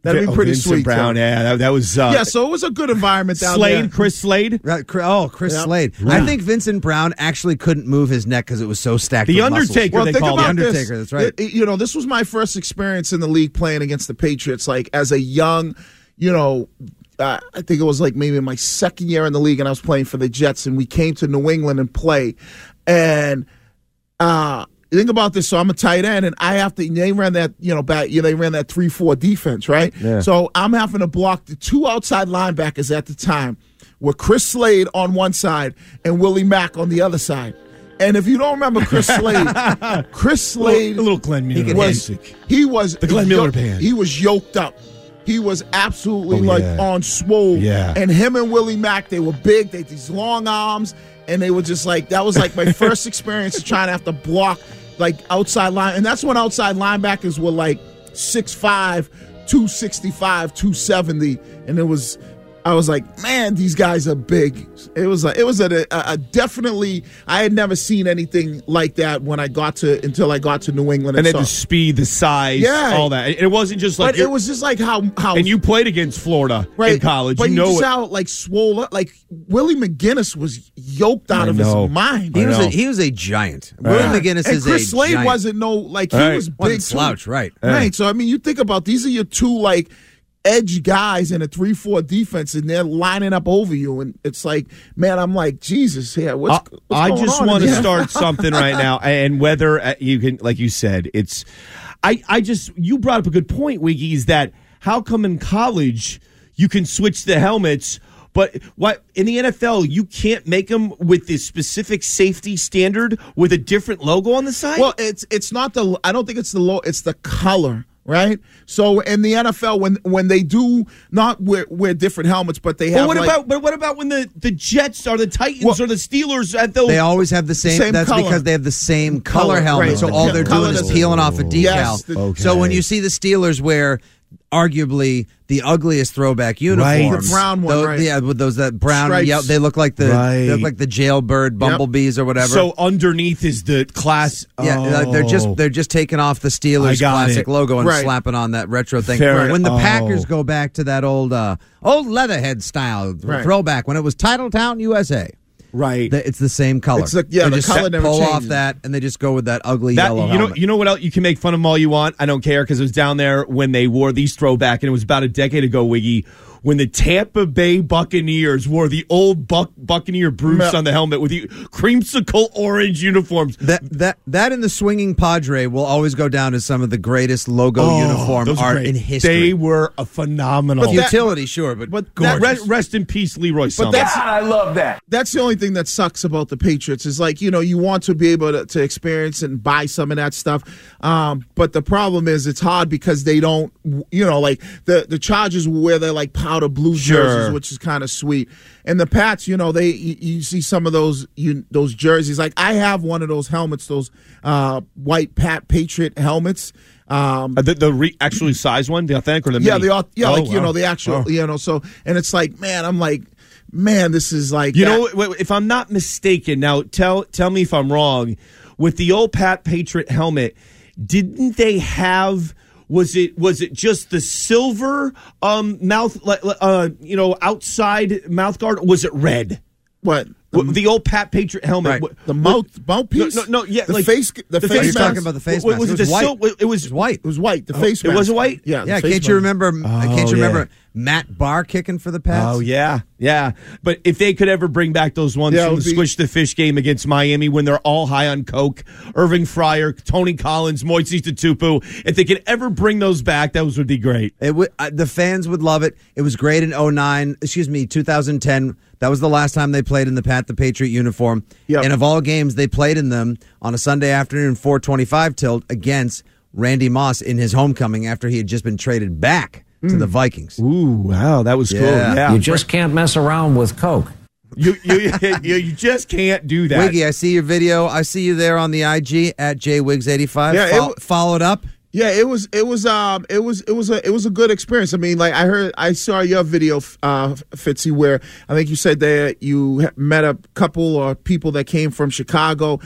[SPEAKER 19] That'd be
[SPEAKER 17] Oh,
[SPEAKER 19] pretty
[SPEAKER 17] Vincent
[SPEAKER 19] sweet,
[SPEAKER 17] Brown,
[SPEAKER 19] too.
[SPEAKER 17] yeah, that, that was uh,
[SPEAKER 19] Yeah, so it was a good environment down
[SPEAKER 17] Slade,
[SPEAKER 19] there.
[SPEAKER 17] Chris Slade.
[SPEAKER 18] Right, Cr- Oh, Chris
[SPEAKER 19] Yep.
[SPEAKER 18] Slade. I think Vincent Brown actually couldn't move his neck because it was so stacked.
[SPEAKER 17] The
[SPEAKER 18] with muscles.
[SPEAKER 17] Undertaker,
[SPEAKER 19] Well,
[SPEAKER 17] they
[SPEAKER 19] think
[SPEAKER 17] call
[SPEAKER 19] about
[SPEAKER 17] it.
[SPEAKER 18] Undertaker,
[SPEAKER 19] this.
[SPEAKER 18] that's right.
[SPEAKER 19] It- you know, this was my first experience in the league playing against the Patriots. Like as a young, you know, uh, I think it was like maybe my second year in the league, and I was playing for the Jets, and we came to New England and play, and uh think about this. So I'm a tight end, and I have to. They ran that, you know, back. You know, they ran that three four defense, right? So I'm having to block the two outside linebackers at the time, with Chris Slade on one side and Willie Mack on the other side. And if you don't remember Chris
[SPEAKER 17] (laughs)
[SPEAKER 19] Slade, Chris Slade
[SPEAKER 17] A little Glenn Miller.
[SPEAKER 19] was
[SPEAKER 17] basic.
[SPEAKER 19] he was
[SPEAKER 17] The Glenn Miller
[SPEAKER 19] yo-
[SPEAKER 17] Band.
[SPEAKER 19] He was yoked up. He was absolutely
[SPEAKER 17] Oh,
[SPEAKER 19] like
[SPEAKER 17] yeah.
[SPEAKER 19] on swole.
[SPEAKER 17] Yeah.
[SPEAKER 19] And him and Willie Mack, they were big. They had these long arms, and they were just like that was like my first experience of trying to have to block like outside line, and that's when outside linebackers were like 6'5", 265, 270, and it was. I was like, man, these guys are big. It was like it was a, a, a definitely. I had never seen anything like that when I got to until I got to New England.
[SPEAKER 17] and then
[SPEAKER 19] saw-
[SPEAKER 17] the speed, the size,
[SPEAKER 19] Yeah.
[SPEAKER 17] all that. It wasn't just like
[SPEAKER 19] but
[SPEAKER 17] you're-
[SPEAKER 19] it was just like how how
[SPEAKER 17] and you played against Florida in college.
[SPEAKER 19] But
[SPEAKER 17] you
[SPEAKER 19] you,
[SPEAKER 17] know
[SPEAKER 19] just
[SPEAKER 17] it.
[SPEAKER 19] out like swole up. Like Willie McGinnis was yoked out
[SPEAKER 17] I
[SPEAKER 19] of
[SPEAKER 17] know.
[SPEAKER 19] his mind.
[SPEAKER 18] He
[SPEAKER 17] I
[SPEAKER 18] was a,
[SPEAKER 17] know.
[SPEAKER 18] he was a giant. William McGinnis
[SPEAKER 19] and
[SPEAKER 18] is
[SPEAKER 19] Chris
[SPEAKER 18] a
[SPEAKER 19] Slade
[SPEAKER 18] giant.
[SPEAKER 19] wasn't no like he
[SPEAKER 17] Right.
[SPEAKER 19] was
[SPEAKER 18] Wasn't
[SPEAKER 19] big
[SPEAKER 18] slouch,
[SPEAKER 19] too.
[SPEAKER 18] right.
[SPEAKER 19] Right. So I mean, you think about these are your two like edge guys in a three four defense, and they're lining up over you, and it's like, man, I'm like Jesus here. What's,
[SPEAKER 17] I-
[SPEAKER 19] what's
[SPEAKER 17] I
[SPEAKER 19] going
[SPEAKER 17] just
[SPEAKER 19] on
[SPEAKER 17] want to
[SPEAKER 19] here? (laughs)
[SPEAKER 17] start something right now, and whether uh, you can, like you said, it's. I I just you brought up a good point, Wiggy. Is that how come in college you can switch the helmets? But what in the NFL you can't make them with this specific safety standard with a different logo on the side.
[SPEAKER 19] Well, it's it's not the. I don't think it's the low. It's the color. right? So in the NFL, when when they do not wear, wear different helmets, but they have.
[SPEAKER 17] But what
[SPEAKER 19] like-
[SPEAKER 17] about but what about when the, the Jets or the Titans or the Steelers uh, at the
[SPEAKER 18] They always have the same. that's
[SPEAKER 17] color.
[SPEAKER 18] because they have the same color,
[SPEAKER 17] Color,
[SPEAKER 18] helmet.
[SPEAKER 17] right.
[SPEAKER 18] So
[SPEAKER 17] The
[SPEAKER 18] all
[SPEAKER 17] co-
[SPEAKER 18] they're
[SPEAKER 17] color
[SPEAKER 18] doing is
[SPEAKER 17] that's-
[SPEAKER 18] peeling off a decal.
[SPEAKER 17] Yes, the- Okay.
[SPEAKER 18] So when you see the Steelers wear arguably the ugliest throwback
[SPEAKER 17] Right.
[SPEAKER 18] uniforms,
[SPEAKER 17] The brown one,
[SPEAKER 18] those-
[SPEAKER 17] right.
[SPEAKER 18] Yeah, with those that brown and
[SPEAKER 17] Stripes.
[SPEAKER 18] yellow, they look like the they
[SPEAKER 17] Right.
[SPEAKER 18] look like the jailbird bumblebees or whatever.
[SPEAKER 17] So underneath is the class.
[SPEAKER 18] yeah, like they're
[SPEAKER 17] Oh.
[SPEAKER 18] just they're just taking off the
[SPEAKER 17] I
[SPEAKER 18] Steelers
[SPEAKER 17] got
[SPEAKER 18] classic
[SPEAKER 17] it.
[SPEAKER 18] logo and
[SPEAKER 17] Right.
[SPEAKER 18] slapping on that retro thing.
[SPEAKER 17] Fair-
[SPEAKER 18] When the
[SPEAKER 17] oh.
[SPEAKER 18] Packers go back to that old uh, old Leatherhead style
[SPEAKER 19] Right.
[SPEAKER 18] throwback when it was Titletown USA.
[SPEAKER 17] Right.
[SPEAKER 18] It's the same color.
[SPEAKER 19] It's like- yeah,
[SPEAKER 18] They
[SPEAKER 19] the
[SPEAKER 18] just
[SPEAKER 19] color
[SPEAKER 18] set-
[SPEAKER 19] never
[SPEAKER 18] pull off
[SPEAKER 19] changes.
[SPEAKER 18] that and they just go with that ugly
[SPEAKER 17] That-
[SPEAKER 18] yellow
[SPEAKER 17] you know,
[SPEAKER 18] helmet.
[SPEAKER 17] you know what else? You can make fun of them all you want. I don't care because it was down there when they wore these throwback, and it was about a decade ago, Wiggy, when the Tampa Bay Buccaneers wore the old Buck Buccaneer Bruce
[SPEAKER 18] No.
[SPEAKER 17] on the helmet with the creamsicle orange uniforms.
[SPEAKER 18] that that that and the swinging Padre will always go down as some of the greatest logo
[SPEAKER 17] Oh,
[SPEAKER 18] uniform
[SPEAKER 17] those are
[SPEAKER 18] art
[SPEAKER 17] great.
[SPEAKER 18] in history.
[SPEAKER 17] They were a phenomenal
[SPEAKER 18] But that- Utility, sure, but,
[SPEAKER 17] that-
[SPEAKER 18] gorgeous.
[SPEAKER 17] re- rest in peace, Leroy. But
[SPEAKER 19] I love that. That's the only thing that sucks about the Patriots is like you know you want to be able to, to experience and buy some of that stuff, um, but the problem is it's hard because they don't you know like the the Chargers will wear their like powder blue
[SPEAKER 17] Sure.
[SPEAKER 19] jerseys which is kind of sweet, and the Pats you know they you, you see some of those you those jerseys like I have one of those helmets those uh, white Pat Patriot helmets. Um,
[SPEAKER 17] Uh, the the re- actually size one, the authentic or the
[SPEAKER 19] yeah,
[SPEAKER 17] mini?
[SPEAKER 19] the au- yeah,
[SPEAKER 17] Oh,
[SPEAKER 19] like you
[SPEAKER 17] wow.
[SPEAKER 19] know the actual,
[SPEAKER 17] Oh.
[SPEAKER 19] you know. So and it's like, man, I'm like, man, this is like,
[SPEAKER 17] You
[SPEAKER 19] that-
[SPEAKER 17] know, wait, wait, if I'm not mistaken, now tell tell me if I'm wrong. With the old Pat Patriot helmet, didn't they have? Was it was it just the silver um, mouth, like, uh, you know, outside mouth guard? Or was it red?
[SPEAKER 19] What
[SPEAKER 17] the old Pat Patriot helmet?
[SPEAKER 19] Mm-hmm. Right.
[SPEAKER 17] what-
[SPEAKER 19] The mouth- mouthpiece?
[SPEAKER 17] No, no, no, yeah,
[SPEAKER 19] The
[SPEAKER 17] like
[SPEAKER 19] face- the face Are you mask? talking about the
[SPEAKER 18] face
[SPEAKER 17] Wa-
[SPEAKER 18] mask?
[SPEAKER 17] Was,
[SPEAKER 18] It
[SPEAKER 17] it,
[SPEAKER 18] was
[SPEAKER 17] the
[SPEAKER 18] white.
[SPEAKER 17] sil- it was
[SPEAKER 18] white.
[SPEAKER 19] It was white. The
[SPEAKER 17] Oh,
[SPEAKER 19] face.
[SPEAKER 17] it was
[SPEAKER 19] mask.
[SPEAKER 17] white?
[SPEAKER 19] Yeah. the
[SPEAKER 18] yeah,
[SPEAKER 19] face
[SPEAKER 18] can't you
[SPEAKER 19] mask.
[SPEAKER 18] remember? can't
[SPEAKER 17] Oh,
[SPEAKER 18] you remember
[SPEAKER 17] yeah.
[SPEAKER 18] Matt Barr kicking for the Pats?
[SPEAKER 17] Oh yeah, yeah. But if they could ever bring back those ones
[SPEAKER 18] Yeah, it
[SPEAKER 17] from
[SPEAKER 18] would
[SPEAKER 17] the
[SPEAKER 18] be-
[SPEAKER 17] Squish the Fish game against Miami when they're all high on coke, Irving Fryer, Tony Collins, Moises Tutupu, if they could ever bring those back, those would be great.
[SPEAKER 18] It would uh, the fans would love it. It was great in 09, excuse me, 2010. That was the last time they played in the Pat the Patriot uniform. And of all games they played in them on a Sunday afternoon 425 tilt against Randy Moss in his homecoming after he had just been traded back to
[SPEAKER 19] Mm.
[SPEAKER 18] the Vikings.
[SPEAKER 17] Ooh, wow, that was
[SPEAKER 3] You just can't mess around with Coke.
[SPEAKER 17] You you (laughs) you, you just can't do that.
[SPEAKER 18] Wiggy, I see your video. I see you there on the IG at jwigs85.
[SPEAKER 19] Yeah, it
[SPEAKER 18] Fo-
[SPEAKER 19] w-
[SPEAKER 18] followed up.
[SPEAKER 19] Yeah, it was it was um it was it was a it was a good experience. I mean, like I heard I saw your video, f- uh, Fitzy, where I think you said that you ha- met a couple or people that came from Chicago.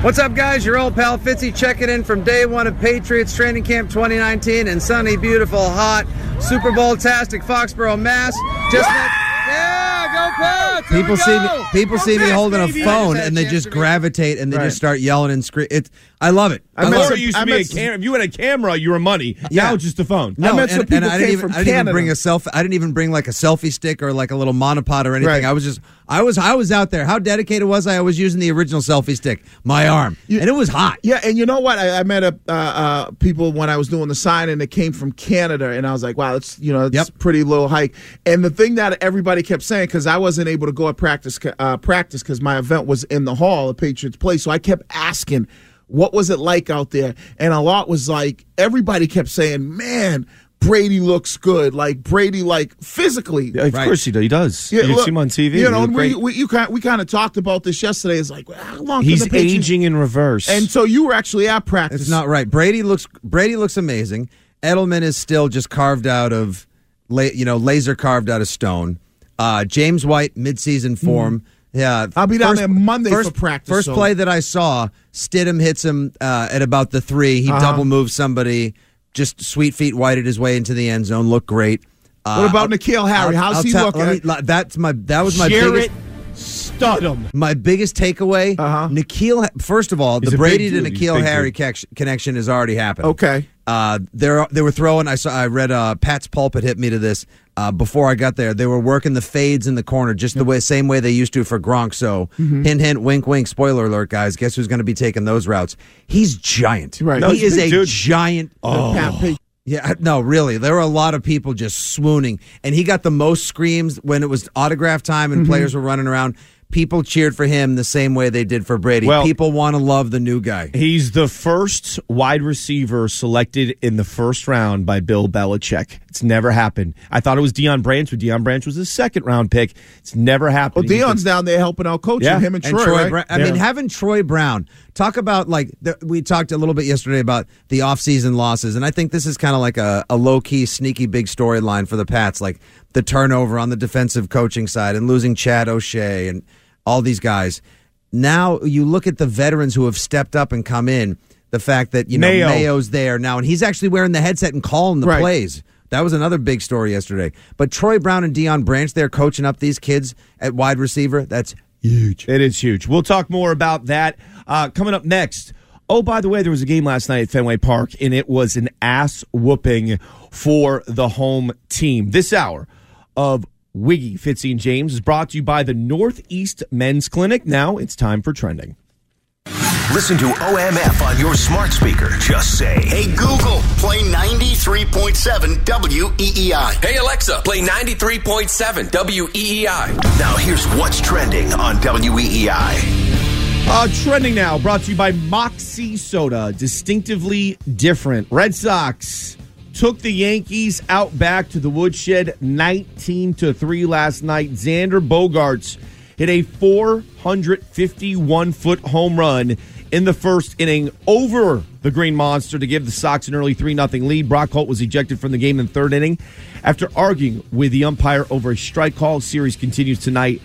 [SPEAKER 8] What's up, guys? Your old pal Fitzy checking in from day one of Patriots Training Camp 2019 in sunny, beautiful, hot, Super Bowl-tastic Foxborough, Mass. Just met- yeah, go Pats! Here
[SPEAKER 18] People
[SPEAKER 8] we
[SPEAKER 18] see me,
[SPEAKER 8] go!
[SPEAKER 18] people
[SPEAKER 8] Go
[SPEAKER 18] see me
[SPEAKER 8] Pats,
[SPEAKER 18] holding
[SPEAKER 8] baby!
[SPEAKER 18] a phone and they just gravitate and they just start yelling and scream. It's I love it. I,
[SPEAKER 17] I
[SPEAKER 18] love
[SPEAKER 17] remember
[SPEAKER 18] it.
[SPEAKER 17] it used to be a camera. If you had a camera, you were money.
[SPEAKER 18] Yeah.
[SPEAKER 17] Now it's just a phone.
[SPEAKER 18] No, and, and I didn't even, I didn't even bring a self. I didn't even bring like a selfie stick or like a little monopod or anything.
[SPEAKER 17] Right.
[SPEAKER 18] I was just, I was, I was out there. How dedicated was I? I was using the original selfie stick, my arm, and it was hot.
[SPEAKER 19] Yeah, and you know what? I, I met a, uh, uh, people when I was doing the sign, and they came from Canada, and I was like, "Wow, that's you know, it's a pretty little hike." And the thing that everybody kept saying, because I wasn't able to go at practice, uh, practice, because my event was in the hall at Patriots Place, so I kept asking, "What was it like out there?" And a lot was like, everybody kept saying, "Man." Brady looks good, like Brady, like physically.
[SPEAKER 17] Of course he does. He does. you
[SPEAKER 19] look,
[SPEAKER 17] see him on TV.
[SPEAKER 19] You
[SPEAKER 17] He
[SPEAKER 19] know,
[SPEAKER 17] looked
[SPEAKER 19] and
[SPEAKER 17] great.
[SPEAKER 19] we we, you kind, we kind of talked about this yesterday. It's like how long can the
[SPEAKER 17] He's
[SPEAKER 19] Patriots-
[SPEAKER 17] aging in reverse.
[SPEAKER 19] and so you were actually at practice.
[SPEAKER 18] It's not right. Brady looks, Brady looks amazing. Edelman is still just carved out of, la- you know, laser carved out of stone. Uh, James White midseason form. Yeah,
[SPEAKER 19] Hmm. I'll be down there Monday
[SPEAKER 18] first,
[SPEAKER 19] for practice,
[SPEAKER 18] First
[SPEAKER 19] so-
[SPEAKER 18] play that I saw, Stidham hits him uh, at about the three. He
[SPEAKER 19] Uh-huh.
[SPEAKER 18] double moves somebody, just sweet feet whited his way into the end zone. Looked great. Uh,
[SPEAKER 19] What about Nikhil Harry? How's he
[SPEAKER 18] tell-
[SPEAKER 19] looking?
[SPEAKER 18] let me- li- that's my that was my
[SPEAKER 19] Jarrett
[SPEAKER 18] biggest.
[SPEAKER 17] Studham.
[SPEAKER 18] My biggest takeaway, uh-huh. Nikhil. First of all,
[SPEAKER 19] He's
[SPEAKER 18] the
[SPEAKER 19] a
[SPEAKER 18] Brady
[SPEAKER 19] big
[SPEAKER 18] to
[SPEAKER 19] dude. He's a
[SPEAKER 18] Nikhil
[SPEAKER 19] big
[SPEAKER 18] Harry connex- connection has already happened.
[SPEAKER 19] Okay.
[SPEAKER 18] Uh, they're they were throwing. I saw. I read. Uh, Pat's pulpit hit me to this uh, before I got there. They were working the fades in the corner, just the way same way they used to for Gronk. So
[SPEAKER 19] Mm-hmm.
[SPEAKER 17] Mhm.
[SPEAKER 18] hint, hint, wink, wink. Spoiler alert, guys. Guess who's going to be taking those routes? He's giant.
[SPEAKER 19] Right.
[SPEAKER 17] No,
[SPEAKER 18] he
[SPEAKER 17] he's
[SPEAKER 18] is
[SPEAKER 17] a
[SPEAKER 18] a
[SPEAKER 17] big dude.
[SPEAKER 18] giant.
[SPEAKER 17] Oh. Pat Pete.
[SPEAKER 18] Yeah, (laughs) no, really. There were a lot of people just swooning, and he got the most screams when it was autograph time and
[SPEAKER 17] Mhm.
[SPEAKER 18] players were running around. people cheered for him the same way they did for Brady.
[SPEAKER 17] Well-
[SPEAKER 18] people want to love the new guy.
[SPEAKER 17] He's the first wide receiver selected in the first round by Bill Belichick. It's never happened. I thought it was Deion Branch, but Deion Branch was his second round pick. It's never
[SPEAKER 19] Well,
[SPEAKER 17] happened.
[SPEAKER 19] Dion's down there helping out coaching
[SPEAKER 17] Yeah.
[SPEAKER 19] him and, Troy. right?
[SPEAKER 18] Brown- I mean, having Troy Brown talk about like the, we talked a little bit yesterday about the offseason losses, and I think this is kind of like a, a low key, sneaky big storyline for the Pats, like the turnover on the defensive coaching side and losing Chad O'Shea and all these guys. Now you look at the veterans who have stepped up and come in. The fact that you know
[SPEAKER 17] Mayo.
[SPEAKER 18] Mayo's there now, and he's actually wearing the headset and calling the
[SPEAKER 17] Right.
[SPEAKER 18] plays. That was another big story yesterday. But Troy Brown and Dion Branch, they're coaching up these kids at wide receiver. That's
[SPEAKER 17] huge. It is huge. We'll talk more about that uh, coming up next. Oh, by the way, there was a game last night at Fenway Park, and it was an ass whooping for the home team. This hour of Wiggy, Fitzy, and James is brought to you by the Northeast Men's Clinic. Now it's time for trending.
[SPEAKER 1] Listen to OMF on your smart speaker. Just say,
[SPEAKER 5] Hey Google, play 93.7 E WEEI.
[SPEAKER 10] Hey Alexa, play 93.7 WEEI.
[SPEAKER 1] Now here's what's trending on E WEEI.
[SPEAKER 17] Uh, trending now, brought to you by Moxie Soda. Distinctively different. Red Sox took the Yankees out back to the woodshed 19 to 3 last night. Xander Bogarts hit a 451 foot home run in the first inning over the Green Monster to give the Sox an early 3 0 lead. Brock Holt was ejected from the game in the third inning after arguing with the umpire over a strike call. Series continues tonight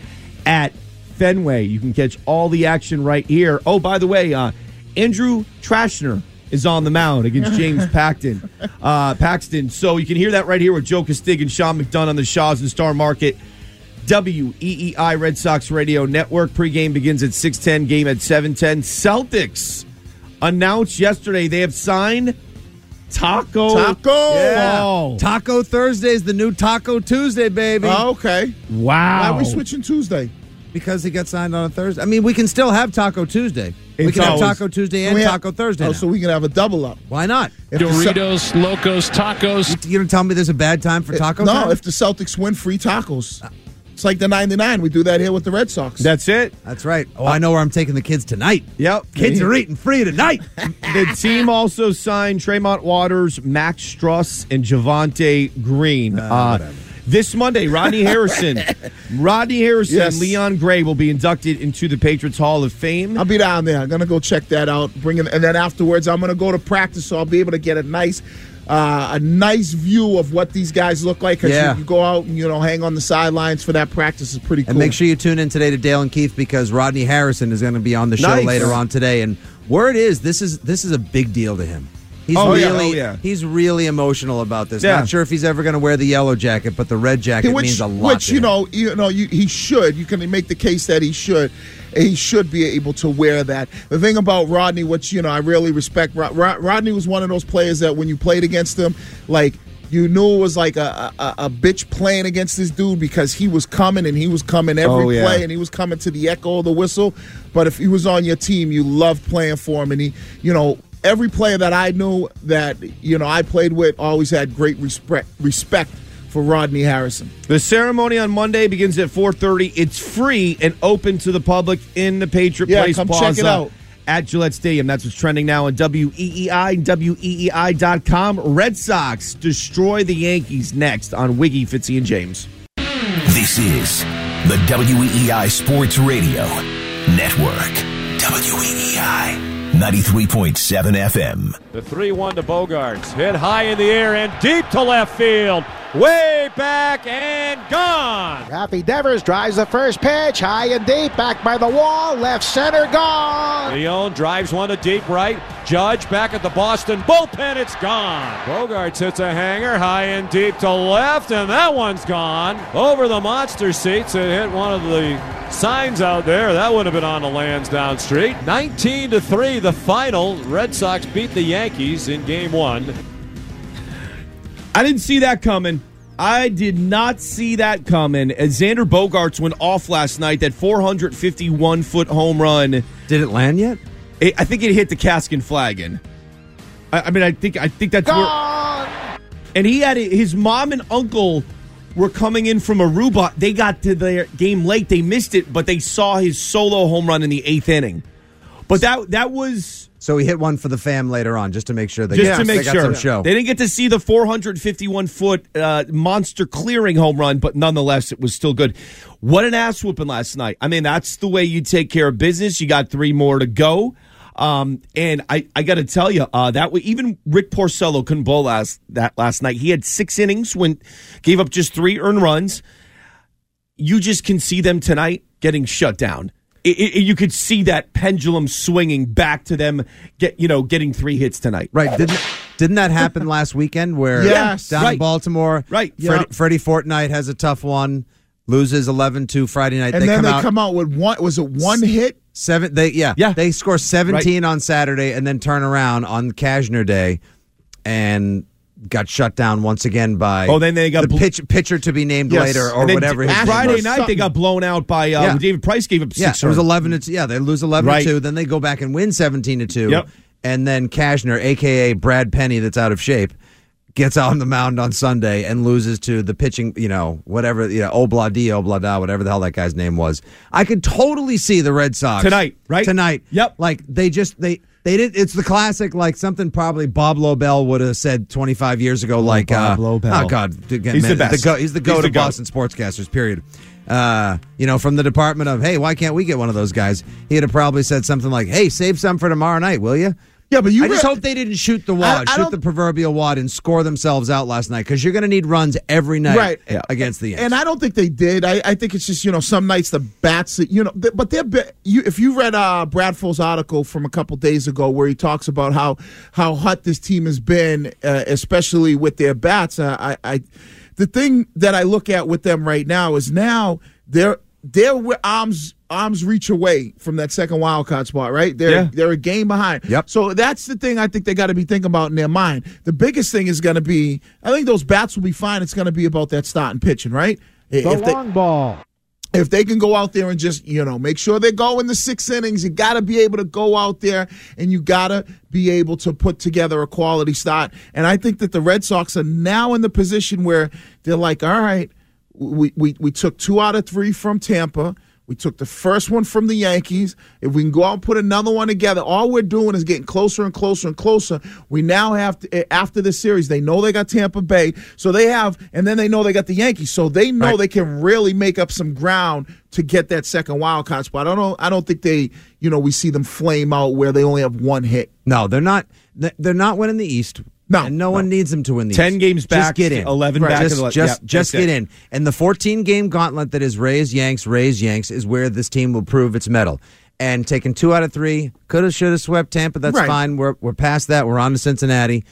[SPEAKER 17] at Fenway. You can catch all the action right here. Oh, by the way, uh, Andrew Trashner is on the mound against James Paxton. Uh, Paxton. So you can hear that right here with Joe Castig and Sean McDonough on the Shaws and Star Market. WEEI Red Sox Radio Network pregame begins at 6:10, game at 7:10. Celtics announced yesterday they have signed Taco
[SPEAKER 19] Taco
[SPEAKER 17] Fall.
[SPEAKER 18] Taco Thursday is the new Taco Tuesday, baby.
[SPEAKER 19] Oh, okay.
[SPEAKER 17] Wow.
[SPEAKER 19] Why are we switching Tuesday?
[SPEAKER 18] Because he got signed on a Thursday. I mean, we can still have Taco Tuesday. we
[SPEAKER 19] It's
[SPEAKER 18] can
[SPEAKER 19] always-
[SPEAKER 18] have Taco Tuesday and
[SPEAKER 19] We have-
[SPEAKER 18] Taco Thursday.
[SPEAKER 19] Oh,
[SPEAKER 18] now.
[SPEAKER 19] so we can have a double up.
[SPEAKER 18] Why not?
[SPEAKER 19] If the Cel-
[SPEAKER 18] Locos, Tacos. You don't tell me there's a bad time for Taco
[SPEAKER 19] no,
[SPEAKER 18] time?
[SPEAKER 19] if the Celtics win, free tacos. It's like the 99. We do that here with the Red Sox.
[SPEAKER 17] That's it.
[SPEAKER 18] That's right. Oh,
[SPEAKER 19] Uh,
[SPEAKER 18] I know where I'm taking the kids tonight.
[SPEAKER 17] Yep.
[SPEAKER 18] Kids are eating free
[SPEAKER 19] (laughs)
[SPEAKER 18] tonight.
[SPEAKER 17] the team also signed Tremont Waters, Max Struss, and Javante Green. Uh, this
[SPEAKER 19] (laughs)
[SPEAKER 17] Monday, Rodney Harrison, Rodney Harrison,
[SPEAKER 19] Yes.
[SPEAKER 17] Leon Gray will be inducted into the Patriots Hall of Fame.
[SPEAKER 19] I'll be down there. I'm gonna go check that out. Bring him, and then afterwards, I'm gonna go to practice, so I'll be able to get a nice, uh, a nice view of what these guys look like. 'cause you-
[SPEAKER 18] Yeah.
[SPEAKER 19] you, go out and you know hang on the sidelines for that practice is pretty cool.
[SPEAKER 18] And make sure you tune in today to Dale and Keith because Rodney Harrison is going to be on the show
[SPEAKER 19] Nice.
[SPEAKER 18] later on today. And word is this is this is a big deal to him. He's
[SPEAKER 17] Oh, yeah.
[SPEAKER 18] really
[SPEAKER 17] Oh, yeah.
[SPEAKER 18] he's really emotional about this.
[SPEAKER 17] Yeah.
[SPEAKER 18] Not sure if he's ever going to wear the yellow jacket, but the red jacket
[SPEAKER 19] which,
[SPEAKER 18] means a lot.
[SPEAKER 19] Which
[SPEAKER 18] to
[SPEAKER 19] you
[SPEAKER 18] him.
[SPEAKER 19] know, you know, you, he should. You can make the case that he should. He should be able to wear that. The thing about Rodney, which you know, I really respect. Rod, Rod, Rodney was one of those players that when you played against him, like. You knew it was like a, a a bitch playing against this dude because he was coming and he was coming every
[SPEAKER 17] Oh, yeah.
[SPEAKER 19] play and he was coming to the echo of the whistle. But if he was on your team, you loved playing for him. And he, you know, every player that I knew that you know I played with always had great respect respect for Rodney Harrison.
[SPEAKER 17] The ceremony on Monday begins at 4:30. It's free and open to the public in the Patriot
[SPEAKER 19] Yeah,
[SPEAKER 17] Place
[SPEAKER 19] come check
[SPEAKER 17] Plaza
[SPEAKER 19] it out.
[SPEAKER 17] at Gillette Stadium. That's what's trending now on WEEI and E WEEI.com. Red Sox destroy the Yankees next on Wiggy, Fitzy, and James.
[SPEAKER 1] This is the WEEI Sports Radio Network. E WEEI 93.7 FM.
[SPEAKER 4] The 3 1 to Bogarts. Hit high in the air and deep to left field. Way back and gone.
[SPEAKER 21] Rafi Devers drives the first pitch, high and deep, back by the wall, left center, gone.
[SPEAKER 4] Leone drives one to deep right. Judge back at the Boston bullpen. It's gone. Bogarts hits a hanger high and deep to left, and that one's gone. Over the monster seats. It hit one of the signs out there. That would have been on the Lansdowne Street. 19 to 3, the final. Red Sox beat the Yankees in game one.
[SPEAKER 17] I didn't see that coming. I did not see that coming. As Xander Bogarts went off last night, that 451 foot home run.
[SPEAKER 18] Did it land yet?
[SPEAKER 17] It, I think it hit the Caskin flagon. I, I mean, I think I think that's where. And he had it, his mom and uncle were coming in from Aruba. They got to their game late. They missed it, but they saw his solo home run in the eighth inning. But that that was
[SPEAKER 18] So he hit one for the fam later on, just to make sure they
[SPEAKER 17] just
[SPEAKER 18] got,
[SPEAKER 17] to make
[SPEAKER 18] they got
[SPEAKER 17] sure
[SPEAKER 18] some show.
[SPEAKER 17] they didn't get to see the 451 foot uh, monster clearing home run, but nonetheless, it was still good. What an ass whooping last night! I mean, that's the way you take care of business. You got three more to go, um, and I, I got to tell you uh, that way, even Rick Porcello couldn't bowl last that last night. He had six innings when gave up just three earned runs. You just can see them tonight getting shut down. It, it, you could see that pendulum swinging back to them, get you know, getting three hits tonight.
[SPEAKER 18] Right? Didn't didn't that happen (laughs) last weekend? Where
[SPEAKER 17] Yes.
[SPEAKER 18] down in
[SPEAKER 17] Right.
[SPEAKER 18] Baltimore,
[SPEAKER 17] Right.
[SPEAKER 18] Freddie,
[SPEAKER 17] Yeah.
[SPEAKER 18] Freddie Fortnight has a tough one, loses 11-2 Friday night.
[SPEAKER 19] And
[SPEAKER 18] they
[SPEAKER 19] then
[SPEAKER 18] come
[SPEAKER 19] they
[SPEAKER 18] out,
[SPEAKER 19] come out with one. Was it one hit?
[SPEAKER 18] Seven. They yeah yeah. They score seventeen on Saturday and then turn around on Kashner Day, and got shut down once again by
[SPEAKER 17] Oh, then they got
[SPEAKER 18] the
[SPEAKER 17] bl-
[SPEAKER 18] pitch, pitcher to be named
[SPEAKER 17] Yes.
[SPEAKER 18] later or
[SPEAKER 17] And then
[SPEAKER 18] whatever. his name
[SPEAKER 17] Friday
[SPEAKER 18] was.
[SPEAKER 17] night they got blown out by uh,
[SPEAKER 18] Yeah.
[SPEAKER 17] David Price gave up six.
[SPEAKER 18] yeah, it
[SPEAKER 17] runs.
[SPEAKER 18] was eleven to two. yeah. They lose eleven
[SPEAKER 17] Right.
[SPEAKER 18] to two, then they go back and win seventeen to two.
[SPEAKER 17] Yep.
[SPEAKER 18] And then Kashner, aka Brad Penny, that's out of shape, gets on the mound on Sunday and loses to the pitching. You know, whatever, you know, Obladi, Oblada, whatever the hell that guy's name was. I could totally see the Red Sox
[SPEAKER 17] Tonight, right?
[SPEAKER 18] Tonight, yep. Like they just they. They did. It's the classic, like something probably Bob Lobel would have said 25 years ago. like
[SPEAKER 17] Bob
[SPEAKER 18] uh,
[SPEAKER 17] Lobel.
[SPEAKER 18] Oh God, again,
[SPEAKER 17] He's
[SPEAKER 18] man,
[SPEAKER 17] the best.
[SPEAKER 18] go, he's the
[SPEAKER 17] He's
[SPEAKER 18] go
[SPEAKER 17] the
[SPEAKER 18] to
[SPEAKER 17] goat.
[SPEAKER 18] Boston sportscasters. Period. Uh, you know, from the department of, hey, why can't we get one of those guys? He'd have probably said something like, "Hey, save some for tomorrow night, will you?"
[SPEAKER 19] Yeah, but you
[SPEAKER 18] I just
[SPEAKER 19] re-
[SPEAKER 18] hope they didn't shoot the wad,
[SPEAKER 19] I
[SPEAKER 18] shoot
[SPEAKER 19] don't-
[SPEAKER 18] the proverbial wad, and score themselves out last night because you're going to need runs every night
[SPEAKER 19] Right.
[SPEAKER 18] a- against the Yankees.
[SPEAKER 19] And I don't think they did. I, I think it's just you know some nights the bats that you know, th- but they're be- you. If you read uh, Bradfield's article from a couple days ago where he talks about how how hot this team has been, uh, especially with their bats. Uh, I, I the thing that I look at with them right now is now they're they're wi- arms arms reach away from that second wild card spot, right? They're
[SPEAKER 17] Yeah.
[SPEAKER 19] they're a game behind. Yep. So that's the thing I think they got to be thinking about in their mind. The biggest thing is going to be, I think those bats will be fine. It's going to be about that starting pitching, right?
[SPEAKER 21] The long ball.
[SPEAKER 19] if they can go out there and just you know make sure they go in the six innings you got to be able to go out there and you got to be able to put together a quality start and i think that the red sox are now in the position where they're like all right we, we, we took two out of three from tampa we took the first one from the Yankees. If we can go out and put another one together, all we're doing is getting closer and closer and closer. We now have to, eh, after this series, they know they got Tampa Bay, so they have, and then they know they got the Yankees, so they know they can really make up some ground to get that second wild card spot. I don't know. I don't think they, you know, we see them flame out where they only have one hit.
[SPEAKER 18] No, they're not. th- They're not winning the East. No, and no, one needs them to win the
[SPEAKER 17] 10
[SPEAKER 18] East.
[SPEAKER 17] games
[SPEAKER 18] Just
[SPEAKER 17] back,
[SPEAKER 18] get in.
[SPEAKER 17] 11 back,
[SPEAKER 18] Just,
[SPEAKER 17] and ele-
[SPEAKER 18] just,
[SPEAKER 17] yeah,
[SPEAKER 18] just
[SPEAKER 17] that's
[SPEAKER 18] get
[SPEAKER 17] it.
[SPEAKER 18] in. And the 14 game gauntlet that is Rays Yanks Rays Yanks is where this team will prove its metal. And taking two out of three, could have, should have swept Tampa. That's
[SPEAKER 2] Right.
[SPEAKER 18] fine. We're we're past that. We're on to Cincinnati.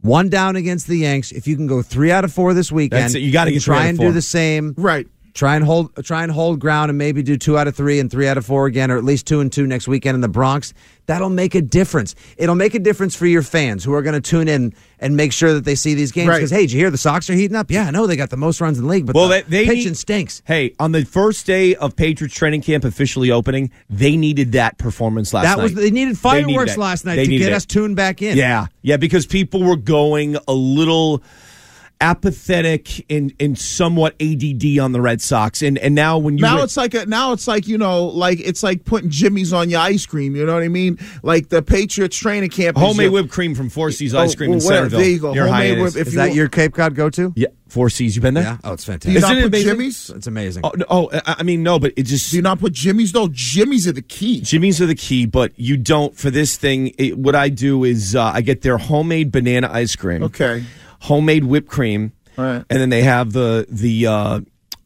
[SPEAKER 18] One down against the Yanks. If you can go three out of four this weekend,
[SPEAKER 17] That's it. You gotta
[SPEAKER 18] and
[SPEAKER 17] get three
[SPEAKER 18] try
[SPEAKER 17] out of
[SPEAKER 18] and
[SPEAKER 17] four.
[SPEAKER 18] do the same.
[SPEAKER 19] Right.
[SPEAKER 18] Try and hold try and hold ground and maybe do two out of three and three out of four again, or at least two and two next weekend in the Bronx. That'll make a difference. It'll make a difference for your fans who are going to tune in and make sure that they see these games.
[SPEAKER 17] Right.
[SPEAKER 18] Because hey, did you hear the Sox are heating up? Yeah, I know they got the most runs in the league, but
[SPEAKER 17] well,
[SPEAKER 18] the
[SPEAKER 17] they, they
[SPEAKER 18] pitching
[SPEAKER 17] need-
[SPEAKER 18] stinks.
[SPEAKER 17] Hey, on the first day of Patriots training camp officially opening, they needed that performance last
[SPEAKER 18] That
[SPEAKER 17] night.
[SPEAKER 18] was they needed
[SPEAKER 17] They
[SPEAKER 18] fireworks
[SPEAKER 17] needed it.
[SPEAKER 18] last night
[SPEAKER 17] They
[SPEAKER 18] to
[SPEAKER 17] needed
[SPEAKER 18] get
[SPEAKER 17] it.
[SPEAKER 18] us tuned back in.
[SPEAKER 17] Yeah, yeah, because people were going a little apathetic and and somewhat ADD on the Red Sox, and and now when you
[SPEAKER 19] now
[SPEAKER 17] win-
[SPEAKER 19] it's like a now it's like you know like it's like putting jimmies on your ice cream. You know what I mean? Like the Patriots training camp. is
[SPEAKER 17] homemade
[SPEAKER 19] your-
[SPEAKER 17] whipped cream from Four Seas Ice
[SPEAKER 19] Oh,
[SPEAKER 17] Cream in
[SPEAKER 19] well, whatever.
[SPEAKER 17] Centerville.
[SPEAKER 19] There you go.
[SPEAKER 17] near
[SPEAKER 19] Homemade
[SPEAKER 17] Hyatt
[SPEAKER 19] whip- if
[SPEAKER 18] Is that your Cape Cod go to?
[SPEAKER 17] Yeah, Four Seas. You been there?
[SPEAKER 18] Yeah. Oh, it's
[SPEAKER 19] Do you
[SPEAKER 18] fantastic.
[SPEAKER 19] not put Jimmy's?
[SPEAKER 18] It's amazing.
[SPEAKER 17] Oh, no, oh, I I mean, no, but it just. Do
[SPEAKER 19] you not put Jimmy's? No, Jimmy's are the key.
[SPEAKER 17] Jimmy's are the key, but you don't. For this thing, it, what I do is uh, I get their homemade banana ice cream.
[SPEAKER 19] Okay.
[SPEAKER 17] Homemade whipped cream. All right. And then they have the, the uh,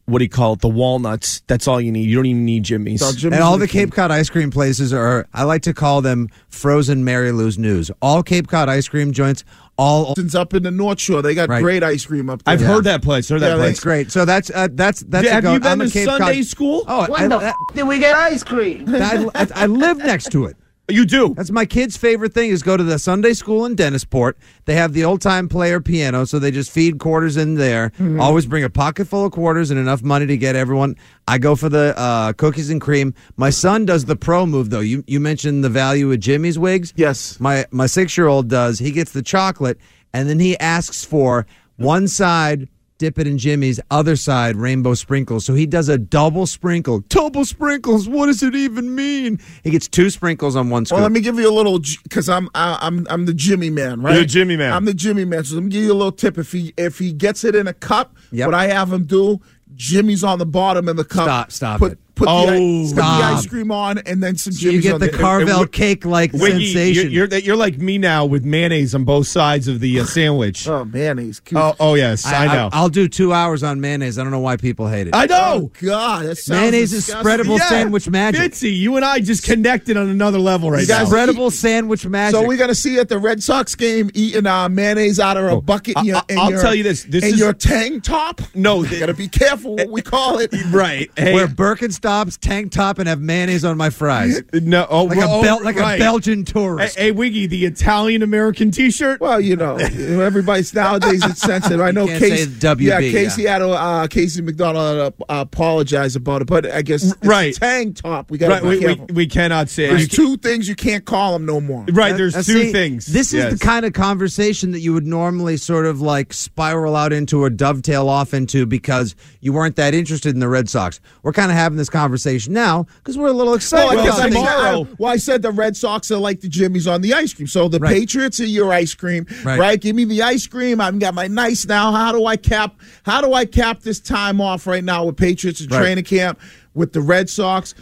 [SPEAKER 17] what do you call it? The walnuts. That's all you need. You don't even need Jimmy's.
[SPEAKER 18] and all the Cape Cod ice cream places are, I like to call them frozen Mary Lou's News. All Cape Cod ice cream joints, all.
[SPEAKER 19] Since up in the North Shore, they got great ice cream up there.
[SPEAKER 17] I've heard that place. Heard that
[SPEAKER 19] Yeah, they-
[SPEAKER 17] place.
[SPEAKER 18] That's great. So that's uh, that's that's.
[SPEAKER 17] Yeah,
[SPEAKER 18] a
[SPEAKER 17] have
[SPEAKER 18] go-
[SPEAKER 17] you been
[SPEAKER 18] I'm a
[SPEAKER 17] to
[SPEAKER 18] Cape
[SPEAKER 17] Sunday
[SPEAKER 18] Cod.
[SPEAKER 17] school?
[SPEAKER 18] Oh,
[SPEAKER 17] When
[SPEAKER 18] I,
[SPEAKER 17] the
[SPEAKER 18] I,
[SPEAKER 22] Did we get ice cream?
[SPEAKER 18] I, I- I live next to it.
[SPEAKER 17] You do.
[SPEAKER 18] That's my kid's favorite thing is go to the Sunday school in Dennisport. They have the old time player piano, so they just feed quarters in there.
[SPEAKER 19] Mm-hmm.
[SPEAKER 18] Always bring a pocket full of quarters and enough money to get everyone. I go for the uh, cookies and cream. My son does the pro move though. You you mentioned the value of Jimmy's wigs.
[SPEAKER 19] Yes.
[SPEAKER 18] My my six year old does. He gets the chocolate and then he asks for one side dip it in Jimmy's other side rainbow sprinkles. So he does a double sprinkle. Double sprinkles. What does it even mean? He gets two sprinkles on one scoop.
[SPEAKER 19] Well, let me give you a little because I'm I, I'm I'm the Jimmy man, right?
[SPEAKER 17] You're the Jimmy man.
[SPEAKER 19] I'm the Jimmy man. So let me give you a little tip. If he if he gets it in a cup,
[SPEAKER 18] Yep.
[SPEAKER 19] what I have him do, Jimmy's on the bottom in the cup.
[SPEAKER 18] Stop- stop
[SPEAKER 19] put,
[SPEAKER 18] it.
[SPEAKER 19] Put,
[SPEAKER 17] Oh.
[SPEAKER 19] the, ice- put the
[SPEAKER 18] Stop.
[SPEAKER 19] ice cream on, and then some
[SPEAKER 18] you
[SPEAKER 19] Jimmy's
[SPEAKER 18] get
[SPEAKER 19] on
[SPEAKER 18] the
[SPEAKER 19] there.
[SPEAKER 18] Carvel
[SPEAKER 17] and-
[SPEAKER 18] cake like
[SPEAKER 17] Wiggy,
[SPEAKER 18] sensation.
[SPEAKER 17] You're, you're, you're like me now with mayonnaise on both sides of the uh, sandwich.
[SPEAKER 19] oh mayonnaise.
[SPEAKER 17] oh, oh, yes, I, know.
[SPEAKER 18] I'll do two hours on mayonnaise. I don't know why people hate it.
[SPEAKER 17] I know.
[SPEAKER 19] Oh God, that sounds
[SPEAKER 18] Mayonnaise is
[SPEAKER 19] disgusting.
[SPEAKER 18] spreadable
[SPEAKER 19] Yeah.
[SPEAKER 18] sandwich magic.
[SPEAKER 17] Fitzy, you and I just connected on another level right now.
[SPEAKER 19] guys-
[SPEAKER 18] Spreadable sandwich magic.
[SPEAKER 19] So we're gonna see at the Red Sox game eating uh, mayonnaise out of a bucket. In
[SPEAKER 17] Oh, I-
[SPEAKER 19] your,
[SPEAKER 17] I-
[SPEAKER 19] in
[SPEAKER 17] I'll
[SPEAKER 19] your-
[SPEAKER 17] tell you this, this
[SPEAKER 19] in
[SPEAKER 17] is-
[SPEAKER 19] your tang top.
[SPEAKER 17] No,
[SPEAKER 19] you
[SPEAKER 17] th-
[SPEAKER 19] gotta be careful what we call it.
[SPEAKER 17] (laughs) right. Hey,
[SPEAKER 18] Wear Birkenstocks, tank top, and have mayonnaise on
[SPEAKER 17] (laughs)
[SPEAKER 18] my fries.
[SPEAKER 17] no, oh,
[SPEAKER 18] Like a
[SPEAKER 17] oh,
[SPEAKER 18] Bel- like a
[SPEAKER 17] right.
[SPEAKER 18] Belgian
[SPEAKER 17] Hey,
[SPEAKER 18] tourist.
[SPEAKER 17] hey, Wiggy, the Italian American T-shirt.
[SPEAKER 19] Well, you know, everybody's nowadays it's sensitive. I know
[SPEAKER 18] can't say
[SPEAKER 19] Casey,
[SPEAKER 18] WB,
[SPEAKER 19] yeah,
[SPEAKER 18] yeah.
[SPEAKER 19] Casey had to, uh, Casey McDonald had to, uh, apologize about it, but I guess it's
[SPEAKER 17] Right.
[SPEAKER 19] Tang top. We got to
[SPEAKER 17] Right,
[SPEAKER 19] be
[SPEAKER 17] we, we,
[SPEAKER 19] careful.
[SPEAKER 17] we cannot say.
[SPEAKER 19] There's
[SPEAKER 17] you ca-
[SPEAKER 19] two things you can't call them no more.
[SPEAKER 17] right, there's
[SPEAKER 18] Now,
[SPEAKER 17] two
[SPEAKER 18] see,
[SPEAKER 17] things.
[SPEAKER 18] This is the
[SPEAKER 17] Yes.
[SPEAKER 18] kind of conversation that you would normally sort of like spiral out into or dovetail off into because you weren't that interested in the Red Sox. We're kind of having this conversation now because we're a little
[SPEAKER 19] Well,
[SPEAKER 18] excited.
[SPEAKER 19] I
[SPEAKER 17] Well,
[SPEAKER 19] guess I said-
[SPEAKER 18] about things.
[SPEAKER 17] tomorrow-
[SPEAKER 19] I- well, I said the Red Sox are like the Jimmies on the ice cream. So the
[SPEAKER 18] Right.
[SPEAKER 19] Patriots are your ice cream,
[SPEAKER 18] Right.
[SPEAKER 19] right. Give me the ice cream. I've got my nice now. How do I cap? How do I cap this time off right now with Patriots and
[SPEAKER 18] Right.
[SPEAKER 19] training camp with the Red Sox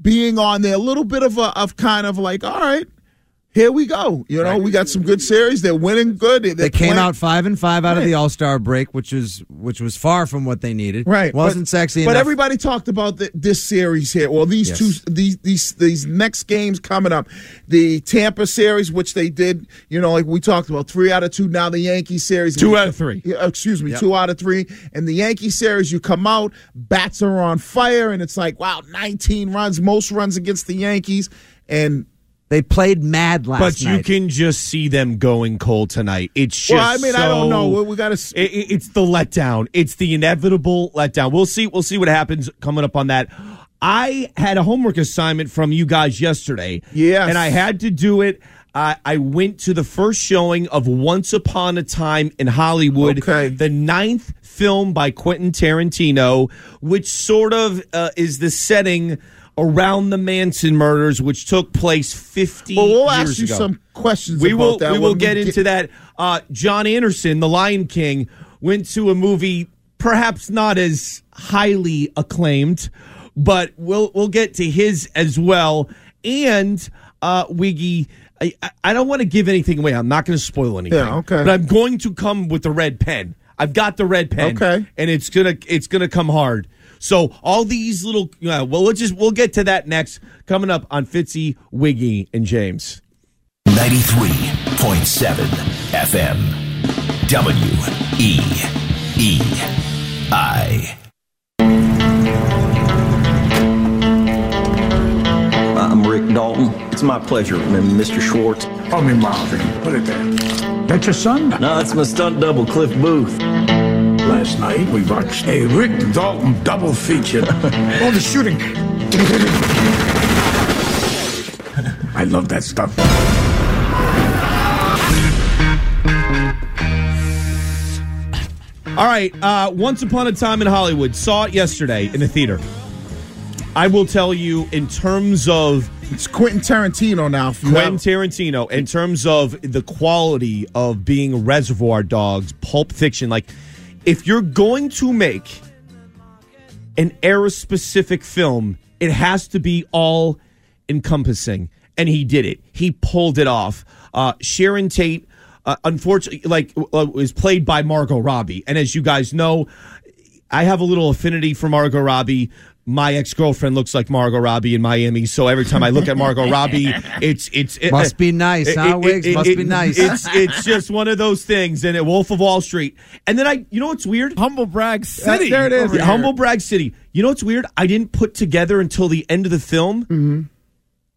[SPEAKER 19] being on there? A little bit of a of kind of like, all right, here we go. You know, we got some good series. They're winning good. They're
[SPEAKER 18] They came
[SPEAKER 19] playing-
[SPEAKER 18] out five and five out of
[SPEAKER 19] Right.
[SPEAKER 18] the All Star break, which is which was far from what they needed.
[SPEAKER 19] Right,
[SPEAKER 18] wasn't
[SPEAKER 19] but,
[SPEAKER 18] sexy.
[SPEAKER 19] But
[SPEAKER 18] enough.
[SPEAKER 19] everybody talked about the, this series here. Well, these
[SPEAKER 18] Yes.
[SPEAKER 19] two, these these these next games coming up, the Tampa series, which they did, you know, like we talked about, three out of two. Now the Yankee series,
[SPEAKER 17] Two out of three.
[SPEAKER 19] Yeah, excuse me,
[SPEAKER 18] Yep.
[SPEAKER 19] two out of three. And the Yankee series, you come out, bats are on fire, and it's like, wow, nineteen runs, most runs against the Yankees, and
[SPEAKER 18] they played mad last
[SPEAKER 17] But you
[SPEAKER 18] night.
[SPEAKER 17] can just see them going cold tonight. It's just
[SPEAKER 19] well, I mean, I
[SPEAKER 17] so-
[SPEAKER 19] don't know. We, we got to.
[SPEAKER 17] It, it- it's the letdown. It's the inevitable letdown. We'll see. We'll see what happens coming up on that. I had a homework assignment from you guys yesterday.
[SPEAKER 19] Yes.
[SPEAKER 17] and I had to do it. I I went to the first showing of Once Upon a Time in Hollywood,
[SPEAKER 19] Okay.
[SPEAKER 17] the ninth film by Quentin Tarantino, which sort of uh, is the setting around the Manson murders, which took place 50
[SPEAKER 19] Well, we'll
[SPEAKER 17] years
[SPEAKER 19] ask you
[SPEAKER 17] ago
[SPEAKER 19] some questions.
[SPEAKER 17] we
[SPEAKER 19] about
[SPEAKER 17] will
[SPEAKER 19] that
[SPEAKER 17] we
[SPEAKER 19] when
[SPEAKER 17] will get into that. Uh, John Anderson, The Lion King, went to a movie perhaps not as highly acclaimed, but we'll we'll get to his as well. And uh, Wiggy, I, I- I don't want to give anything away. I'm not going to spoil anything.
[SPEAKER 19] Yeah, okay.
[SPEAKER 17] But I'm going to come with the red pen. I've got the red pen.
[SPEAKER 19] Okay.
[SPEAKER 17] And it's gonna it's gonna come hard. So all these little uh, well, we'll just we'll get to that next coming up on Fitzy, Wiggy, and James.
[SPEAKER 1] 93.7 FM. W E E I.
[SPEAKER 2] I'm Rick Dalton. It's my pleasure, Mr. Schwartz. Call me Marvin. Put it there. That's your son? No, it's my stunt double, Cliff Booth.
[SPEAKER 22] Last night we watched a Rick Dalton double feature. All the shooting. I love that stuff.
[SPEAKER 17] All right. Uh, Once upon a time in Hollywood. Saw it yesterday in the theater. I will tell you in terms of
[SPEAKER 19] It's Quentin Tarantino now. If you
[SPEAKER 17] Quentin
[SPEAKER 19] have-
[SPEAKER 17] Tarantino, in terms of the quality of being Reservoir Dogs, Pulp Fiction. Like, if you're going to make an era specific film, it has to be all encompassing. And he did it. He pulled it off. Uh, Sharon Tate, uh, unfortunately, like uh, was played by Margot Robbie. And as you guys know, I have a little affinity for Margot Robbie. My ex girlfriend looks like Margot Robbie in Miami, so every time I look at Margot
[SPEAKER 11] (laughs)
[SPEAKER 17] Robbie, it's it's it,
[SPEAKER 18] Must be nice, huh, Wiggs? Must be nice.
[SPEAKER 17] It's
[SPEAKER 18] (laughs)
[SPEAKER 17] it's just one of those things. And at Wolf of Wall Street, and then I, you know, what's weird? Uh,
[SPEAKER 11] Humble brag city.
[SPEAKER 19] there it is.
[SPEAKER 11] over
[SPEAKER 17] Yeah,
[SPEAKER 11] here.
[SPEAKER 17] Humble Brag City. You know what's weird? I didn't put together until the end of the film.
[SPEAKER 18] Mm-hmm.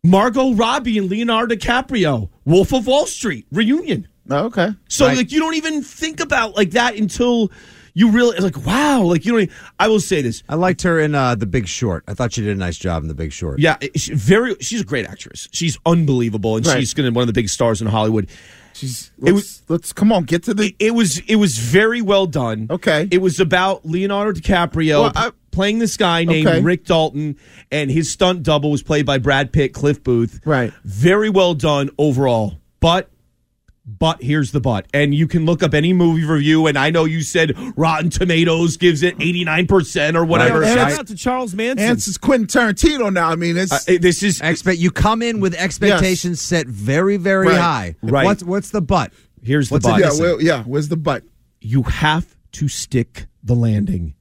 [SPEAKER 17] Margot Robbie and Leonardo DiCaprio, Wolf of Wall Street reunion.
[SPEAKER 19] Oh, okay.
[SPEAKER 17] So
[SPEAKER 18] Right.
[SPEAKER 17] like you don't even think about like that until you really like wow like you don't. Even, I will say this.
[SPEAKER 18] I liked her in uh, The Big Short. I thought she did a nice job in The Big Short.
[SPEAKER 17] Yeah, she, very. She's a great actress. She's unbelievable, and
[SPEAKER 19] Right.
[SPEAKER 17] she's going to one of the big stars in Hollywood.
[SPEAKER 19] She's
[SPEAKER 17] it was, let's come on get to the. It, was it was very well done. Okay, it was about Leonardo DiCaprio
[SPEAKER 19] Well, I-
[SPEAKER 17] playing this guy named
[SPEAKER 19] Okay.
[SPEAKER 17] Rick Dalton, and his stunt double was played by Brad Pitt, Cliff Booth. Right, very well done overall. But but here's the but, and you can look up any movie review. And I know you said Rotten Tomatoes gives it eighty nine percent or whatever.
[SPEAKER 19] Yeah,
[SPEAKER 17] Shout
[SPEAKER 19] that's-
[SPEAKER 17] out to Charles Manson.
[SPEAKER 19] And it's Quentin Tarantino now. I mean, it's
[SPEAKER 17] Uh, it- this is
[SPEAKER 18] expect you come in with expectations set very very
[SPEAKER 19] Right.
[SPEAKER 18] high.
[SPEAKER 19] Right.
[SPEAKER 18] What's what's the butt?
[SPEAKER 17] Here's
[SPEAKER 18] what's
[SPEAKER 17] the
[SPEAKER 18] it
[SPEAKER 17] butt.
[SPEAKER 18] missing?
[SPEAKER 17] yeah, where's the butt? You have to stick the landing.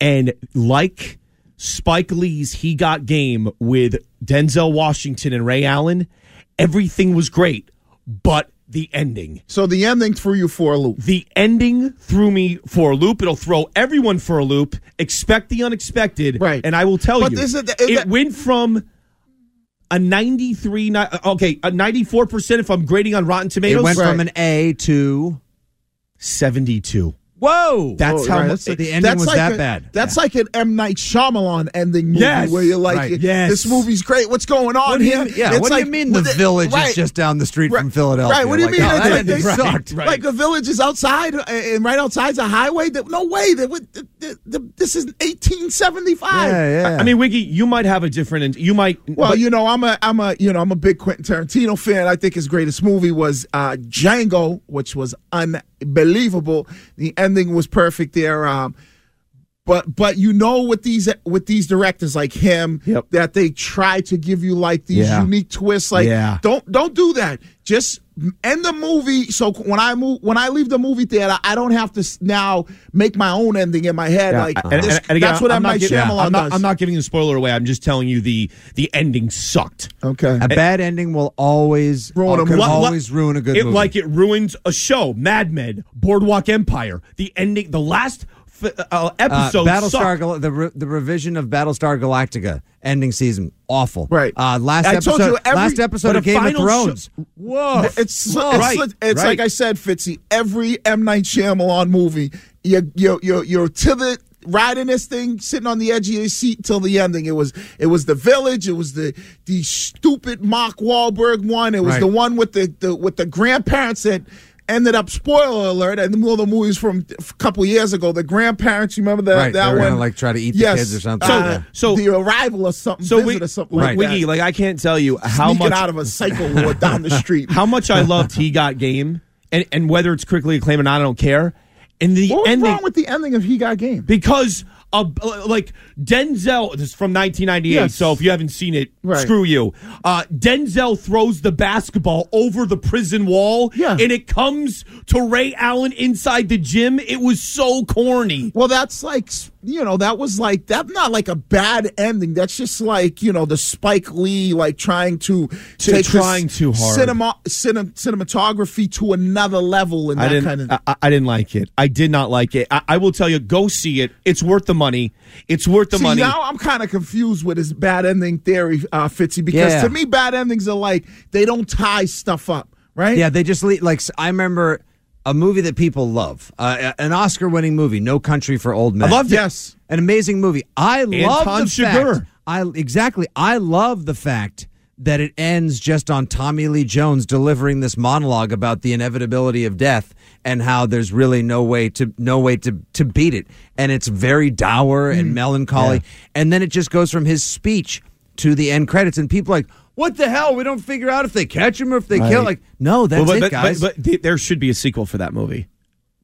[SPEAKER 17] And like Spike Lee's He Got Game with Denzel Washington and Ray Allen, everything was great, but the ending. So the ending threw you for a loop. The ending threw me for a loop. It'll throw everyone for a loop. Expect the unexpected. Right. And I will tell
[SPEAKER 19] But
[SPEAKER 17] you,
[SPEAKER 19] this is the-
[SPEAKER 17] it
[SPEAKER 19] that-
[SPEAKER 17] went from a 93, ni- okay, a 94% if I'm grading on Rotten Tomatoes.
[SPEAKER 18] It went from an A to
[SPEAKER 17] 72.
[SPEAKER 18] Whoa!
[SPEAKER 17] That's
[SPEAKER 19] Oh,
[SPEAKER 17] how
[SPEAKER 19] right.
[SPEAKER 17] mu-
[SPEAKER 19] That's-
[SPEAKER 17] it- the
[SPEAKER 18] ending
[SPEAKER 19] that's
[SPEAKER 18] was
[SPEAKER 19] like
[SPEAKER 18] that
[SPEAKER 19] a-
[SPEAKER 18] bad.
[SPEAKER 19] That's like an M Night Shyamalan ending movie
[SPEAKER 18] Yes.
[SPEAKER 19] where you're like,
[SPEAKER 18] Right.
[SPEAKER 19] "This movie's great. What's going on
[SPEAKER 18] What do you
[SPEAKER 19] here?"
[SPEAKER 18] mean- yeah,
[SPEAKER 19] It's
[SPEAKER 18] what do you
[SPEAKER 19] like-
[SPEAKER 18] mean the
[SPEAKER 19] with it-
[SPEAKER 18] village
[SPEAKER 19] right.
[SPEAKER 18] is just down the street from Philadelphia?
[SPEAKER 19] Right? What do you
[SPEAKER 18] Like,
[SPEAKER 19] mean?
[SPEAKER 18] no,
[SPEAKER 19] It's
[SPEAKER 18] that
[SPEAKER 19] like,
[SPEAKER 18] ending
[SPEAKER 19] they
[SPEAKER 18] sucked.
[SPEAKER 19] sucked. Like the village is outside, uh, and right outside's a highway. That, no way. That would. th- th- th- This is 1875.
[SPEAKER 17] I- I mean, Wiggy, you might have a different. You might.
[SPEAKER 19] Well,
[SPEAKER 17] but-
[SPEAKER 19] you know, I'm a I'm a you know I'm a big Quentin Tarantino fan. I think his greatest movie was uh, Django, which was unbelievable. The ending was perfect there. Um, but but you know with these with these directors like him that they try to give you like these
[SPEAKER 6] Yeah.
[SPEAKER 19] unique twists. Like
[SPEAKER 6] Yeah.
[SPEAKER 19] don't don't do that. Just end the movie. So when I move when I leave the movie theater, I don't have to s- now make my own ending in my head.
[SPEAKER 17] Yeah,
[SPEAKER 19] Like
[SPEAKER 17] and- and-
[SPEAKER 19] this-
[SPEAKER 17] and again,
[SPEAKER 19] that's what
[SPEAKER 17] I'm
[SPEAKER 19] M Night
[SPEAKER 17] not giving- yeah,
[SPEAKER 19] Shyamalan
[SPEAKER 17] I'm not,
[SPEAKER 19] does.
[SPEAKER 17] I'm not giving the spoiler away. I'm just telling you the the ending sucked.
[SPEAKER 19] Okay,
[SPEAKER 18] A bad ending will always
[SPEAKER 17] Ruin a
[SPEAKER 18] can
[SPEAKER 17] movie.
[SPEAKER 18] always ruin a good
[SPEAKER 17] it,
[SPEAKER 18] movie.
[SPEAKER 17] Like it ruins a show. Mad Men, Boardwalk Empire. The ending, the last f- uh,
[SPEAKER 18] Uh,
[SPEAKER 17] episode.
[SPEAKER 18] Battlestar
[SPEAKER 17] sucked.
[SPEAKER 18] Gal- the re- the revision of Battlestar Galactica ending season awful. Right. Uh, last
[SPEAKER 19] I
[SPEAKER 18] episode
[SPEAKER 19] told you every-
[SPEAKER 18] last episode
[SPEAKER 19] but
[SPEAKER 18] of
[SPEAKER 19] a
[SPEAKER 18] Game of
[SPEAKER 19] final
[SPEAKER 18] Thrones.
[SPEAKER 19] show-
[SPEAKER 18] Whoa.
[SPEAKER 19] It's it's,
[SPEAKER 18] Whoa. Right,
[SPEAKER 19] it's, like
[SPEAKER 18] right.
[SPEAKER 19] I said, Fitzy. Every M Night Shyamalan movie, you you you you're to the riding this thing, sitting on the edge of your seat till the ending. It was it was the village. It was the the stupid Mark Wahlberg one. It was
[SPEAKER 18] Right.
[SPEAKER 19] the one with the, the with the grandparents that. Ended up, spoiler alert, and one of the movies from a couple years ago. The grandparents, you remember that
[SPEAKER 18] Right,
[SPEAKER 19] that
[SPEAKER 18] they were
[SPEAKER 19] one?
[SPEAKER 18] gonna, like, try to eat the
[SPEAKER 19] Yes,
[SPEAKER 18] kids or something.
[SPEAKER 19] uh,
[SPEAKER 18] So-
[SPEAKER 17] so
[SPEAKER 18] Yeah.
[SPEAKER 19] the arrival or something,
[SPEAKER 17] So
[SPEAKER 19] visit
[SPEAKER 17] we,
[SPEAKER 19] or something
[SPEAKER 17] like,
[SPEAKER 19] like
[SPEAKER 17] Wiggy,
[SPEAKER 19] that.
[SPEAKER 17] like I can't tell you how
[SPEAKER 19] Sneaking
[SPEAKER 17] much
[SPEAKER 19] out of a psycho ward down
[SPEAKER 17] (laughs)
[SPEAKER 19] the street.
[SPEAKER 17] How much I loved He Got Game, and and whether it's critically acclaimed or not, I don't care. And the
[SPEAKER 19] What's
[SPEAKER 17] ending
[SPEAKER 19] wrong with the ending of He Got Game?
[SPEAKER 17] because of, like Denzel this is from 1998.
[SPEAKER 19] Yes.
[SPEAKER 17] So if you haven't seen it,
[SPEAKER 19] Right.
[SPEAKER 17] screw you. Uh, Denzel throws the basketball over the prison wall, and it comes to Ray Allen inside the gym. It was so corny.
[SPEAKER 19] Well, that's like you know that was like that's not like a bad ending. That's just like you know the Spike Lee like trying to
[SPEAKER 17] To-
[SPEAKER 19] take
[SPEAKER 17] trying
[SPEAKER 19] this
[SPEAKER 17] too hard.
[SPEAKER 19] cinema, cine, cinematography to another level and that
[SPEAKER 17] I didn't. uh,
[SPEAKER 19] kind of.
[SPEAKER 17] I- I, I didn't like it. I did not like it. I, I will tell you, go see it. It's worth the money. It's worth the
[SPEAKER 19] See,
[SPEAKER 17] money.
[SPEAKER 19] now I'm kind of confused with his bad ending theory, uh, Fitzy, because
[SPEAKER 18] Yeah.
[SPEAKER 19] to me bad endings are like they don't tie stuff up, right?
[SPEAKER 18] Yeah, they just leave, like s- I remember a movie that people love, uh, a- an Oscar-winning movie, No Country for Old Men.
[SPEAKER 17] loved it.
[SPEAKER 18] Yes, an amazing movie. I love the
[SPEAKER 17] Anton Chigurh.
[SPEAKER 18] fact. I exactly. I love the fact that it ends just on Tommy Lee Jones delivering this monologue about the inevitability of death and how there's really no way to no way to to beat it, and it's very dour
[SPEAKER 19] Mm.
[SPEAKER 18] and melancholy, and then it just goes from his speech to the end credits, and people are like. What the hell? We don't figure out if they catch him or if they
[SPEAKER 17] Right.
[SPEAKER 18] kill. Like, no, that's
[SPEAKER 17] Well, but,
[SPEAKER 18] it,
[SPEAKER 17] but- but-
[SPEAKER 18] guys.
[SPEAKER 17] But, th- there should be a sequel for that movie.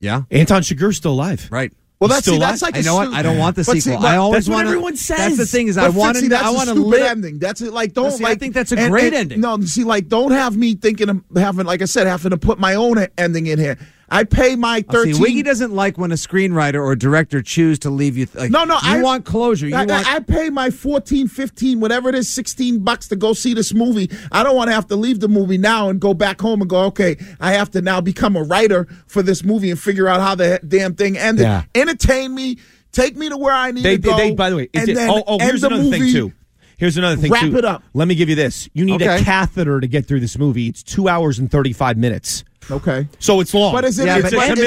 [SPEAKER 18] Yeah,
[SPEAKER 17] Anton Chigurh's still alive.
[SPEAKER 18] Right.
[SPEAKER 19] Well, that's- see, that's like
[SPEAKER 18] I
[SPEAKER 19] a
[SPEAKER 18] know what
[SPEAKER 19] stu-
[SPEAKER 18] I don't want the
[SPEAKER 19] But see,
[SPEAKER 18] sequel.
[SPEAKER 19] but
[SPEAKER 18] I always
[SPEAKER 19] that's what
[SPEAKER 18] want
[SPEAKER 19] everyone
[SPEAKER 18] That's the
[SPEAKER 19] says.
[SPEAKER 18] thing is I
[SPEAKER 19] But
[SPEAKER 18] want
[SPEAKER 19] Fitzy,
[SPEAKER 18] to.
[SPEAKER 19] that's
[SPEAKER 18] I
[SPEAKER 19] a
[SPEAKER 18] want to
[SPEAKER 19] stupid
[SPEAKER 18] live.
[SPEAKER 19] ending. That's it. Like don't
[SPEAKER 18] See, I
[SPEAKER 19] like.
[SPEAKER 18] think that's a great ending.
[SPEAKER 19] No, see, like don't have me thinking of having, like I said, having to put my own e- ending in here. I pay my
[SPEAKER 18] Oh, See,
[SPEAKER 19] thirteen.
[SPEAKER 18] Wiggy doesn't like when a screenwriter or director choose to leave you. Th- like,
[SPEAKER 19] no, no,
[SPEAKER 18] you
[SPEAKER 19] I
[SPEAKER 18] want closure. You
[SPEAKER 19] I, I-
[SPEAKER 18] want.
[SPEAKER 19] I pay my 14, 15, whatever it is, sixteen bucks to go see this movie. I don't want to have to leave the movie now and go back home and go, okay, I have to now become a writer for this movie and figure out how the damn thing ended.
[SPEAKER 17] Yeah.
[SPEAKER 19] Entertain me. Take me to where I need
[SPEAKER 17] They,
[SPEAKER 19] to
[SPEAKER 17] they,
[SPEAKER 19] go.
[SPEAKER 17] they- by the way, it's
[SPEAKER 19] and
[SPEAKER 17] it.
[SPEAKER 19] then
[SPEAKER 17] oh, oh,
[SPEAKER 19] end
[SPEAKER 17] here's
[SPEAKER 19] the
[SPEAKER 17] another
[SPEAKER 19] movie.
[SPEAKER 17] thing too. Here's another thing
[SPEAKER 19] Wrap
[SPEAKER 17] too.
[SPEAKER 19] it up.
[SPEAKER 17] Let me give you this. You need
[SPEAKER 19] Okay.
[SPEAKER 17] a catheter to get through this movie. It's two hours and thirty five minutes.
[SPEAKER 19] Okay.
[SPEAKER 17] So it's long.
[SPEAKER 19] But is it-
[SPEAKER 18] yeah,
[SPEAKER 17] It's
[SPEAKER 18] but,
[SPEAKER 17] a
[SPEAKER 18] but,
[SPEAKER 17] commit-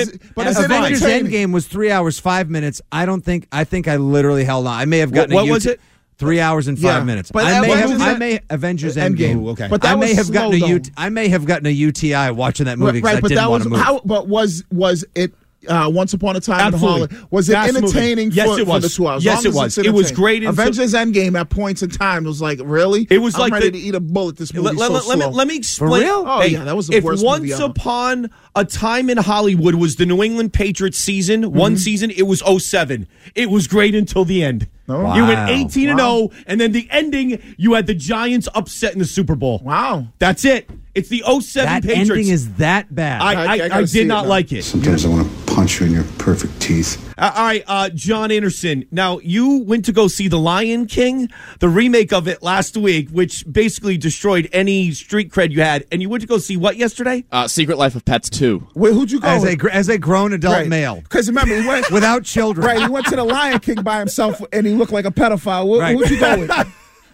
[SPEAKER 17] it's a
[SPEAKER 18] Avengers
[SPEAKER 17] fine.
[SPEAKER 18] Endgame was three hours five minutes. I don't think. I think I literally held on. I may have
[SPEAKER 17] What-
[SPEAKER 18] gotten. a
[SPEAKER 17] what was
[SPEAKER 18] YouTube-
[SPEAKER 17] it?
[SPEAKER 18] Three hours and five
[SPEAKER 19] Yeah,
[SPEAKER 18] minutes.
[SPEAKER 19] but
[SPEAKER 18] I
[SPEAKER 19] that
[SPEAKER 18] may
[SPEAKER 19] was-
[SPEAKER 18] have. I
[SPEAKER 19] that-
[SPEAKER 18] may Avengers
[SPEAKER 19] Endgame,
[SPEAKER 18] Endgame.
[SPEAKER 19] okay. But that
[SPEAKER 18] I may
[SPEAKER 19] was
[SPEAKER 18] have
[SPEAKER 19] slow,
[SPEAKER 18] gotten a
[SPEAKER 19] though.
[SPEAKER 18] UT, I may have gotten a UTI watching that movie.
[SPEAKER 19] Right,
[SPEAKER 18] 'cause I
[SPEAKER 19] right, but
[SPEAKER 18] didn't
[SPEAKER 19] that
[SPEAKER 18] want
[SPEAKER 19] was
[SPEAKER 18] to move.
[SPEAKER 19] how. But was was it uh, Once Upon a Time
[SPEAKER 17] Absolutely.
[SPEAKER 19] in Hollywood? Was it
[SPEAKER 17] That's the movie.
[SPEAKER 19] entertaining?
[SPEAKER 17] Yes,
[SPEAKER 19] for,
[SPEAKER 17] it
[SPEAKER 19] For
[SPEAKER 17] was.
[SPEAKER 19] the two hours?
[SPEAKER 17] Yes,
[SPEAKER 19] Long
[SPEAKER 17] it
[SPEAKER 19] as it's
[SPEAKER 17] was. It was
[SPEAKER 19] entertaining.
[SPEAKER 17] great in-
[SPEAKER 19] Avengers Endgame at points in time was like really.
[SPEAKER 17] It was
[SPEAKER 19] I'm
[SPEAKER 17] like
[SPEAKER 19] ready
[SPEAKER 17] the-
[SPEAKER 19] to eat a bullet. This movie
[SPEAKER 17] Let, let- let- let me, let me explain.
[SPEAKER 19] Oh
[SPEAKER 17] Hey,
[SPEAKER 19] yeah, that was the
[SPEAKER 17] if
[SPEAKER 19] worst
[SPEAKER 17] Once
[SPEAKER 19] movie ever.
[SPEAKER 17] Upon a Time in Hollywood was the New England Patriots season,
[SPEAKER 19] Mm-hmm.
[SPEAKER 17] one season, it was 07. It was great until the end.
[SPEAKER 19] Oh,
[SPEAKER 17] You
[SPEAKER 15] Wow.
[SPEAKER 17] went 18 and
[SPEAKER 15] Wow.
[SPEAKER 17] 0, and then the ending, you had the Giants upset in the Super Bowl. Wow. That's it. It's the 07
[SPEAKER 18] That
[SPEAKER 17] Patriots.
[SPEAKER 18] ending is that bad.
[SPEAKER 17] I, I, I, did not like it.
[SPEAKER 6] Sometimes I want to punch you in your perfect teeth.
[SPEAKER 17] Uh, All right, uh, John Anderson. Now you went to go see The Lion King, the remake of it last week, which basically destroyed any street cred you had, and you went to go see what yesterday?
[SPEAKER 13] Uh, Secret Life of Pets 2.
[SPEAKER 19] Wait, who'd you go
[SPEAKER 18] as
[SPEAKER 19] with?
[SPEAKER 18] a gr- as a grown adult male
[SPEAKER 19] Because remember, he
[SPEAKER 17] (laughs)
[SPEAKER 19] went
[SPEAKER 18] without children.
[SPEAKER 19] right. He went to the Lion King by himself, and he looked like a pedophile. What,
[SPEAKER 18] Right.
[SPEAKER 19] Who'd you
[SPEAKER 17] (laughs)
[SPEAKER 19] go with?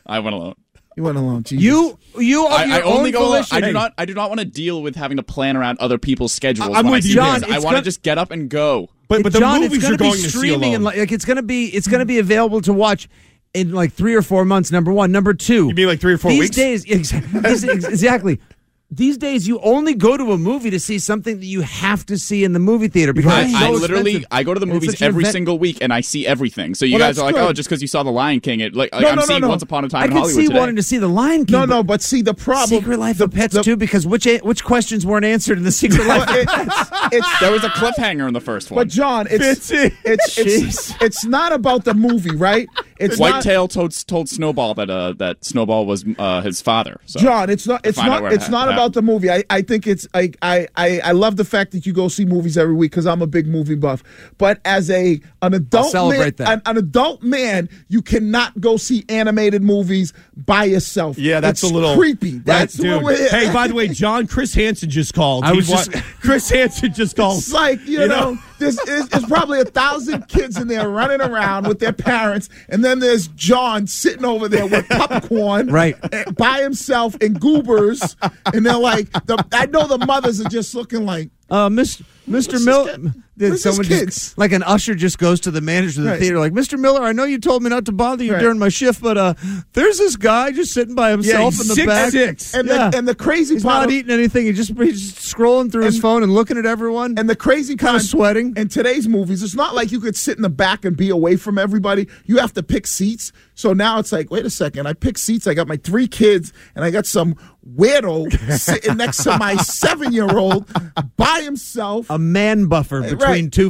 [SPEAKER 13] I went alone.
[SPEAKER 19] You went alone. Jesus.
[SPEAKER 18] You you
[SPEAKER 13] I,
[SPEAKER 19] on
[SPEAKER 13] I
[SPEAKER 19] your
[SPEAKER 13] only
[SPEAKER 19] own
[SPEAKER 13] go. alone. I
[SPEAKER 19] volition.
[SPEAKER 13] do not. I do not want to deal with having to plan around other people's schedules.
[SPEAKER 18] I'm
[SPEAKER 13] when I
[SPEAKER 18] with
[SPEAKER 13] see
[SPEAKER 18] you,
[SPEAKER 13] things.
[SPEAKER 18] John,
[SPEAKER 13] I
[SPEAKER 18] it's
[SPEAKER 13] want to
[SPEAKER 18] gonna-
[SPEAKER 13] just get up and go.
[SPEAKER 18] John, it's gonna be streaming and like, like, it's gonna be it's gonna be available to watch in like three or four months. Number one, number two. You mean
[SPEAKER 17] like three or
[SPEAKER 18] four these days? (laughs) Ex- these- ex- exactly. These days, you only go to a movie to see something that you have to see in the movie theater because
[SPEAKER 13] I,
[SPEAKER 18] it's
[SPEAKER 13] I
[SPEAKER 18] so
[SPEAKER 13] literally
[SPEAKER 18] expensive.
[SPEAKER 13] I go to the
[SPEAKER 18] And it's
[SPEAKER 13] movies
[SPEAKER 18] such an
[SPEAKER 13] every
[SPEAKER 18] event.
[SPEAKER 13] single week and I see everything. So you
[SPEAKER 19] Well,
[SPEAKER 13] guys
[SPEAKER 19] that's
[SPEAKER 13] are like,
[SPEAKER 19] good.
[SPEAKER 13] oh, just because you saw The Lion King, it like,
[SPEAKER 19] No,
[SPEAKER 13] I'm
[SPEAKER 19] no, no,
[SPEAKER 13] seeing
[SPEAKER 19] no.
[SPEAKER 13] Once Upon a Time
[SPEAKER 19] I
[SPEAKER 13] in
[SPEAKER 19] could
[SPEAKER 13] Hollywood
[SPEAKER 19] see
[SPEAKER 13] today.
[SPEAKER 19] wanting
[SPEAKER 18] to see The Lion King.
[SPEAKER 19] No, no, but see the problem.
[SPEAKER 18] Secret Life of
[SPEAKER 19] (laughs)
[SPEAKER 18] Pets too, because which which questions weren't answered in the Secret Life? of Pets?
[SPEAKER 13] there was a cliffhanger in the first one.
[SPEAKER 19] But John, it's
[SPEAKER 17] it's
[SPEAKER 19] it's, it's not about the movie, right? It's not,
[SPEAKER 13] Whitetail told told Snowball that uh, that Snowball was uh, his father. So
[SPEAKER 19] John, it's not
[SPEAKER 13] to
[SPEAKER 19] it's
[SPEAKER 13] find out
[SPEAKER 19] not
[SPEAKER 13] what
[SPEAKER 19] it's not
[SPEAKER 13] happened.
[SPEAKER 19] about the movie. I, I think it's I, I I I love the fact that you go see movies every week because I'm a big movie buff. But as a an adult man,
[SPEAKER 18] celebrate that.
[SPEAKER 19] An, an adult man, you cannot go see animated movies by yourself.
[SPEAKER 17] Yeah, that's
[SPEAKER 19] It's
[SPEAKER 17] a little
[SPEAKER 19] creepy. That's
[SPEAKER 17] dude.
[SPEAKER 19] what we're-
[SPEAKER 17] Hey, by the way, John, Chris Hansen just called.
[SPEAKER 19] I
[SPEAKER 17] He
[SPEAKER 19] was
[SPEAKER 17] wa-
[SPEAKER 19] just-
[SPEAKER 17] (laughs) Chris Hansen just called.
[SPEAKER 18] (laughs)
[SPEAKER 19] It's like you, know, (laughs) there's, there's, there's probably a thousand kids in there running around with their parents, and then there's John sitting over there
[SPEAKER 18] (laughs)
[SPEAKER 19] with popcorn,
[SPEAKER 18] Right.
[SPEAKER 19] eh, by himself in goobers, and they're like, the, I know the mothers are just looking like,
[SPEAKER 18] Uh, Miss, Mr.
[SPEAKER 19] this
[SPEAKER 18] Miller, did
[SPEAKER 19] Where's this
[SPEAKER 18] someone
[SPEAKER 19] kids?
[SPEAKER 18] just, like an usher just goes to the manager of the
[SPEAKER 19] Right.
[SPEAKER 18] theater, like Mr. Miller, I know you told me not to bother you
[SPEAKER 19] Right.
[SPEAKER 18] during my shift, but uh, there's this guy just sitting by himself
[SPEAKER 19] he's
[SPEAKER 18] in the
[SPEAKER 19] six,
[SPEAKER 18] back,
[SPEAKER 19] six. And the-
[SPEAKER 18] Yeah.
[SPEAKER 19] and the crazy
[SPEAKER 18] he's
[SPEAKER 19] part
[SPEAKER 18] not
[SPEAKER 19] of-
[SPEAKER 18] eating anything, he just he's just scrolling through his phone and looking at everyone,
[SPEAKER 19] and the crazy kind
[SPEAKER 18] of sweating.
[SPEAKER 19] In today's movies, it's not like you could sit in the back and be away from everybody. You have to pick seats. So now it's like, wait a second, I pick seats. I got my three kids, and I got some
[SPEAKER 18] (laughs)
[SPEAKER 19] weirdo sitting next to my seven-year-old by himself.
[SPEAKER 18] a man buffer between
[SPEAKER 19] Right.
[SPEAKER 18] two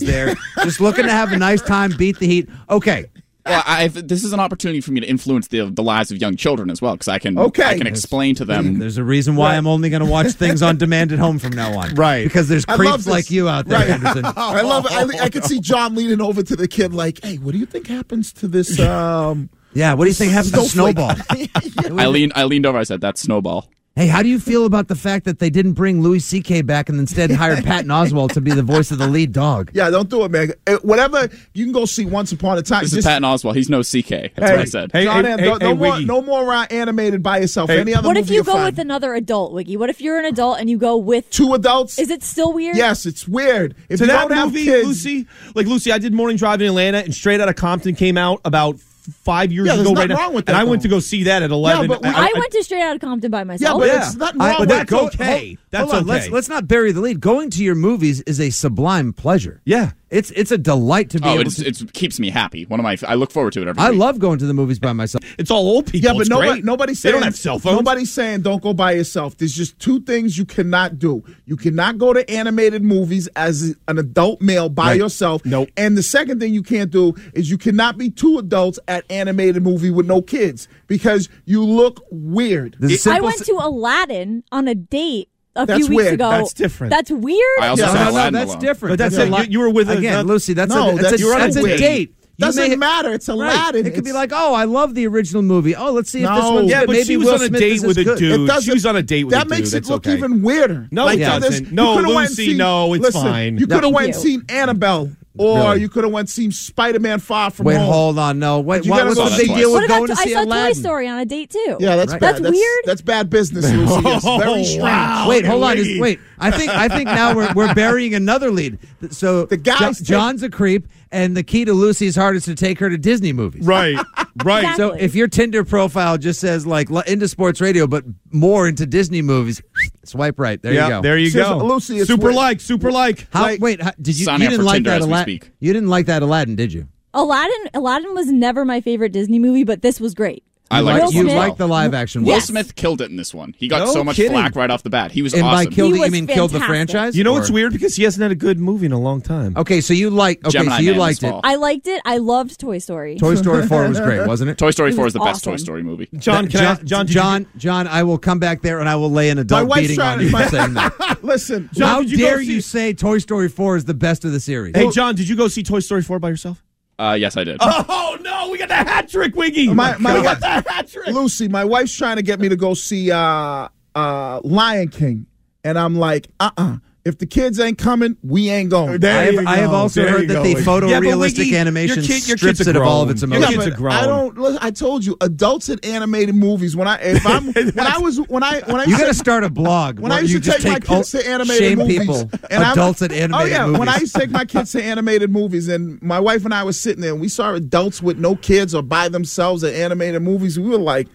[SPEAKER 19] (laughs)
[SPEAKER 18] there, just looking to have a nice time, beat the heat. Okay,
[SPEAKER 13] Well, I, I've- this is an opportunity for me to influence the the lives of young children as well because I can
[SPEAKER 18] Okay.
[SPEAKER 13] I can explain to them.
[SPEAKER 18] There's a reason why I'm only going to watch things on demand at home from now on, right? Because there's
[SPEAKER 19] I love
[SPEAKER 18] creeps
[SPEAKER 19] this.
[SPEAKER 18] like you out there,
[SPEAKER 19] Right. (laughs)
[SPEAKER 18] Anderson.
[SPEAKER 19] I love it. I, I could see John leaning over to the kid, like, "Hey, what do you think happens to
[SPEAKER 18] (laughs)
[SPEAKER 19] this?" Um,
[SPEAKER 18] yeah, what do you think happens to
[SPEAKER 19] snowflake?"
[SPEAKER 18] Snowball? (laughs)
[SPEAKER 13] I leaned I leaned over. I said, "That's Snowball."
[SPEAKER 18] Hey, how do you feel about the fact that they didn't bring Louis C.K. back and instead hired Patton Oswald to be the voice of the lead dog?
[SPEAKER 19] (laughs) yeah, don't do it, man. Eh, Whatever you can go see Once Upon a Time.
[SPEAKER 13] This is
[SPEAKER 19] Just-
[SPEAKER 13] Patton Oswald. He's no CK. That's
[SPEAKER 19] hey,
[SPEAKER 13] what I said.
[SPEAKER 19] John, Am, no, no more, no more uh, animated by yourself. Any other
[SPEAKER 7] what if
[SPEAKER 19] movie
[SPEAKER 7] you
[SPEAKER 19] you'll
[SPEAKER 7] go
[SPEAKER 19] find.
[SPEAKER 7] with another adult, Wiggy? What if you're an adult and you go with
[SPEAKER 19] two adults?
[SPEAKER 7] Is it still weird?
[SPEAKER 19] Yes, it's weird. If
[SPEAKER 17] to
[SPEAKER 19] you
[SPEAKER 17] that
[SPEAKER 19] don't have
[SPEAKER 17] movie,
[SPEAKER 19] kids-
[SPEAKER 17] Lucy, like Lucy, I did morning drive in Atlanta, and straight out of Compton came out about f- five years
[SPEAKER 7] Yeah, there's
[SPEAKER 17] ago.
[SPEAKER 7] nothing
[SPEAKER 17] right now,
[SPEAKER 7] wrong with
[SPEAKER 17] and
[SPEAKER 7] that,
[SPEAKER 17] I went to go see that at eleven.
[SPEAKER 7] I, went to straight out of Compton by
[SPEAKER 18] I-
[SPEAKER 7] myself.
[SPEAKER 18] but
[SPEAKER 17] that's
[SPEAKER 18] go-
[SPEAKER 17] okay.
[SPEAKER 18] hold-
[SPEAKER 17] That's
[SPEAKER 18] hold on, Let's,
[SPEAKER 17] okay.
[SPEAKER 18] let's not bury the lead. Going to your movies is a sublime pleasure. Yeah, it's it's a delight to be
[SPEAKER 13] Oh,
[SPEAKER 18] able
[SPEAKER 13] it's,
[SPEAKER 18] to.
[SPEAKER 13] it keeps me happy. One of my I look forward to it every.
[SPEAKER 18] I
[SPEAKER 13] week.
[SPEAKER 18] love going to the movies by myself.
[SPEAKER 17] It's all old people.
[SPEAKER 19] Yeah, but nobody, nobody's
[SPEAKER 18] They
[SPEAKER 19] saying
[SPEAKER 18] don't have cell phones.
[SPEAKER 19] Nobody's saying don't go by yourself. There's just two things you cannot do. You cannot go to animated movies as an adult male by
[SPEAKER 17] Right.
[SPEAKER 19] yourself. Nope. And the second thing you can't do is you cannot be two adults at animated movie with no kids because you look weird.
[SPEAKER 7] I went to Aladdin on a date a
[SPEAKER 19] That's
[SPEAKER 7] few weeks
[SPEAKER 19] weird.
[SPEAKER 7] ago.
[SPEAKER 19] That's different.
[SPEAKER 7] That's weird.
[SPEAKER 19] I also
[SPEAKER 18] no,
[SPEAKER 19] saw
[SPEAKER 18] no, no,
[SPEAKER 19] Aladdin
[SPEAKER 18] that's
[SPEAKER 19] alone.
[SPEAKER 18] different.
[SPEAKER 19] But that's
[SPEAKER 18] That's
[SPEAKER 19] it.
[SPEAKER 18] a lot-
[SPEAKER 19] You- you were with a-
[SPEAKER 18] again,
[SPEAKER 19] that-
[SPEAKER 18] Lucy. That's
[SPEAKER 19] No,
[SPEAKER 18] a that's,
[SPEAKER 19] that's-
[SPEAKER 18] a,
[SPEAKER 19] you were on a
[SPEAKER 18] that's a
[SPEAKER 19] date.
[SPEAKER 18] date. You
[SPEAKER 19] Doesn't
[SPEAKER 18] may-
[SPEAKER 19] matter. It's
[SPEAKER 18] Right.
[SPEAKER 19] Aladdin.
[SPEAKER 18] It could be
[SPEAKER 19] It's-
[SPEAKER 18] like, oh, I love the original movie. Oh, let's see if this
[SPEAKER 19] No.
[SPEAKER 18] one's
[SPEAKER 19] Yeah,
[SPEAKER 18] good.
[SPEAKER 19] but
[SPEAKER 18] Maybe
[SPEAKER 19] she was
[SPEAKER 18] Will
[SPEAKER 19] on a
[SPEAKER 18] Smith
[SPEAKER 19] date
[SPEAKER 18] is as
[SPEAKER 19] with a
[SPEAKER 18] good.
[SPEAKER 19] dude. It doesn't-
[SPEAKER 17] She was on a date with
[SPEAKER 19] that
[SPEAKER 17] a dude.
[SPEAKER 19] makes it
[SPEAKER 17] That's
[SPEAKER 19] look
[SPEAKER 17] okay.
[SPEAKER 19] even weirder.
[SPEAKER 17] No, it
[SPEAKER 19] so
[SPEAKER 17] doesn't. No,
[SPEAKER 19] you coulda went and
[SPEAKER 17] Lucy,
[SPEAKER 19] seen-
[SPEAKER 17] no, it's
[SPEAKER 19] listen,
[SPEAKER 17] fine.
[SPEAKER 19] You could have
[SPEAKER 17] Thank
[SPEAKER 19] went
[SPEAKER 17] you.
[SPEAKER 19] and seen Annabelle, or
[SPEAKER 17] Really?
[SPEAKER 19] you could have went and seen Spider Man Far From
[SPEAKER 18] Wait,
[SPEAKER 19] Home.
[SPEAKER 18] hold on. No, wait.
[SPEAKER 19] But you
[SPEAKER 18] Why,
[SPEAKER 19] gotta
[SPEAKER 18] what's
[SPEAKER 19] go
[SPEAKER 18] the
[SPEAKER 19] to
[SPEAKER 18] big
[SPEAKER 19] the
[SPEAKER 18] deal
[SPEAKER 19] place.
[SPEAKER 18] with
[SPEAKER 19] What about
[SPEAKER 18] going to
[SPEAKER 19] to- I
[SPEAKER 18] see
[SPEAKER 19] saw Toy
[SPEAKER 7] Toy
[SPEAKER 18] Aladdin?
[SPEAKER 7] Story on a date too.
[SPEAKER 19] Yeah, that's
[SPEAKER 18] Right.
[SPEAKER 19] bad.
[SPEAKER 18] That's
[SPEAKER 19] weird. That's bad
[SPEAKER 17] (laughs)
[SPEAKER 19] business, Lucy. It's
[SPEAKER 17] Oh,
[SPEAKER 19] very strange.
[SPEAKER 18] Wow. Wait, hold on. Just- wait, I think I think now we're we're burying another lead. So the
[SPEAKER 19] guys take-
[SPEAKER 18] John's a creep, and the key to Lucy's heart is to take her to Disney movies.
[SPEAKER 17] (laughs) Right.
[SPEAKER 18] right. So if your Tinder profile just says like li- into sports radio, but more into Disney movies, (sniffs) swipe right. There
[SPEAKER 17] Yeah,
[SPEAKER 18] you go.
[SPEAKER 17] there you go. Lucy, it's Super weird. like, super like.
[SPEAKER 18] How,
[SPEAKER 17] Like-
[SPEAKER 18] wait, how, did you?
[SPEAKER 17] Sign
[SPEAKER 18] You
[SPEAKER 17] up
[SPEAKER 18] didn't
[SPEAKER 17] for
[SPEAKER 18] like
[SPEAKER 17] Tinder
[SPEAKER 18] that
[SPEAKER 17] as we
[SPEAKER 18] Aladdin.
[SPEAKER 17] speak.
[SPEAKER 18] You didn't like that Aladdin, did you?
[SPEAKER 7] Aladdin. Aladdin was never my favorite Disney movie, but this was great.
[SPEAKER 13] I like
[SPEAKER 7] Will
[SPEAKER 13] this one
[SPEAKER 7] Smith-
[SPEAKER 13] as well.
[SPEAKER 18] the live action
[SPEAKER 13] Will
[SPEAKER 7] Yes.
[SPEAKER 13] Smith killed it in this one. He got
[SPEAKER 17] No
[SPEAKER 13] so much
[SPEAKER 17] kidding.
[SPEAKER 13] flack right off the bat. He was
[SPEAKER 17] And by
[SPEAKER 13] awesome.
[SPEAKER 17] killed He it, you was
[SPEAKER 18] mean killed the fantastic. franchise,
[SPEAKER 17] You know
[SPEAKER 18] or-
[SPEAKER 17] what's weird because he hasn't had a good movie in a long time.
[SPEAKER 18] Okay, so you like.
[SPEAKER 17] okay, Gemini so you Man liked this it. fall.
[SPEAKER 7] I liked it. I loved Toy (laughs) Story.
[SPEAKER 18] wasn't it?
[SPEAKER 13] Toy Story
[SPEAKER 7] It
[SPEAKER 13] 4
[SPEAKER 7] was
[SPEAKER 13] is the best Toy
[SPEAKER 7] awesome.
[SPEAKER 13] Story movie.
[SPEAKER 18] That- John, John, John, I will come back there and I will lay an
[SPEAKER 19] My
[SPEAKER 18] adult
[SPEAKER 19] wife's
[SPEAKER 18] beating
[SPEAKER 19] trying
[SPEAKER 18] on
[SPEAKER 19] to.
[SPEAKER 18] you for
[SPEAKER 19] (laughs)
[SPEAKER 18] saying that.
[SPEAKER 19] My, listen,
[SPEAKER 18] How
[SPEAKER 17] did you go
[SPEAKER 18] dare
[SPEAKER 17] see-
[SPEAKER 18] you say Toy Story 4 is the best of the series?
[SPEAKER 17] Hey, John, did you go see Toy Story 4 by yourself?
[SPEAKER 13] Uh, yes, I did.
[SPEAKER 17] (laughs) Oh, no, we got the hat trick, Wiggy.
[SPEAKER 19] My, my
[SPEAKER 17] (laughs) We
[SPEAKER 19] wife,
[SPEAKER 17] got the hat trick.
[SPEAKER 19] Lucy, my wife's trying to get me to go see uh, uh, Lion King, and I'm like, uh, uh If the kids ain't coming, we ain't going.
[SPEAKER 18] I have, I have also heard that the photorealistic animation strips it of all of its
[SPEAKER 19] Yeah,
[SPEAKER 18] emotions.
[SPEAKER 19] but I don't. listen, I told you, adults in animated movies. When I
[SPEAKER 18] (laughs)
[SPEAKER 19] if I'm when I was when I when I
[SPEAKER 18] you
[SPEAKER 19] used
[SPEAKER 18] got
[SPEAKER 19] to-
[SPEAKER 18] to start a blog
[SPEAKER 19] when
[SPEAKER 18] where
[SPEAKER 19] I used
[SPEAKER 18] you
[SPEAKER 19] to take
[SPEAKER 18] just
[SPEAKER 19] my
[SPEAKER 18] take
[SPEAKER 19] kids
[SPEAKER 18] all-
[SPEAKER 19] to animated
[SPEAKER 18] shame
[SPEAKER 19] movies,
[SPEAKER 18] people,
[SPEAKER 19] and I'm-
[SPEAKER 18] adults at animated
[SPEAKER 19] oh yeah,
[SPEAKER 18] movies.
[SPEAKER 19] when I used to take my kids to animated movies, and my wife and I were sitting there, and we saw adults with no kids or by themselves at animated movies. We were like,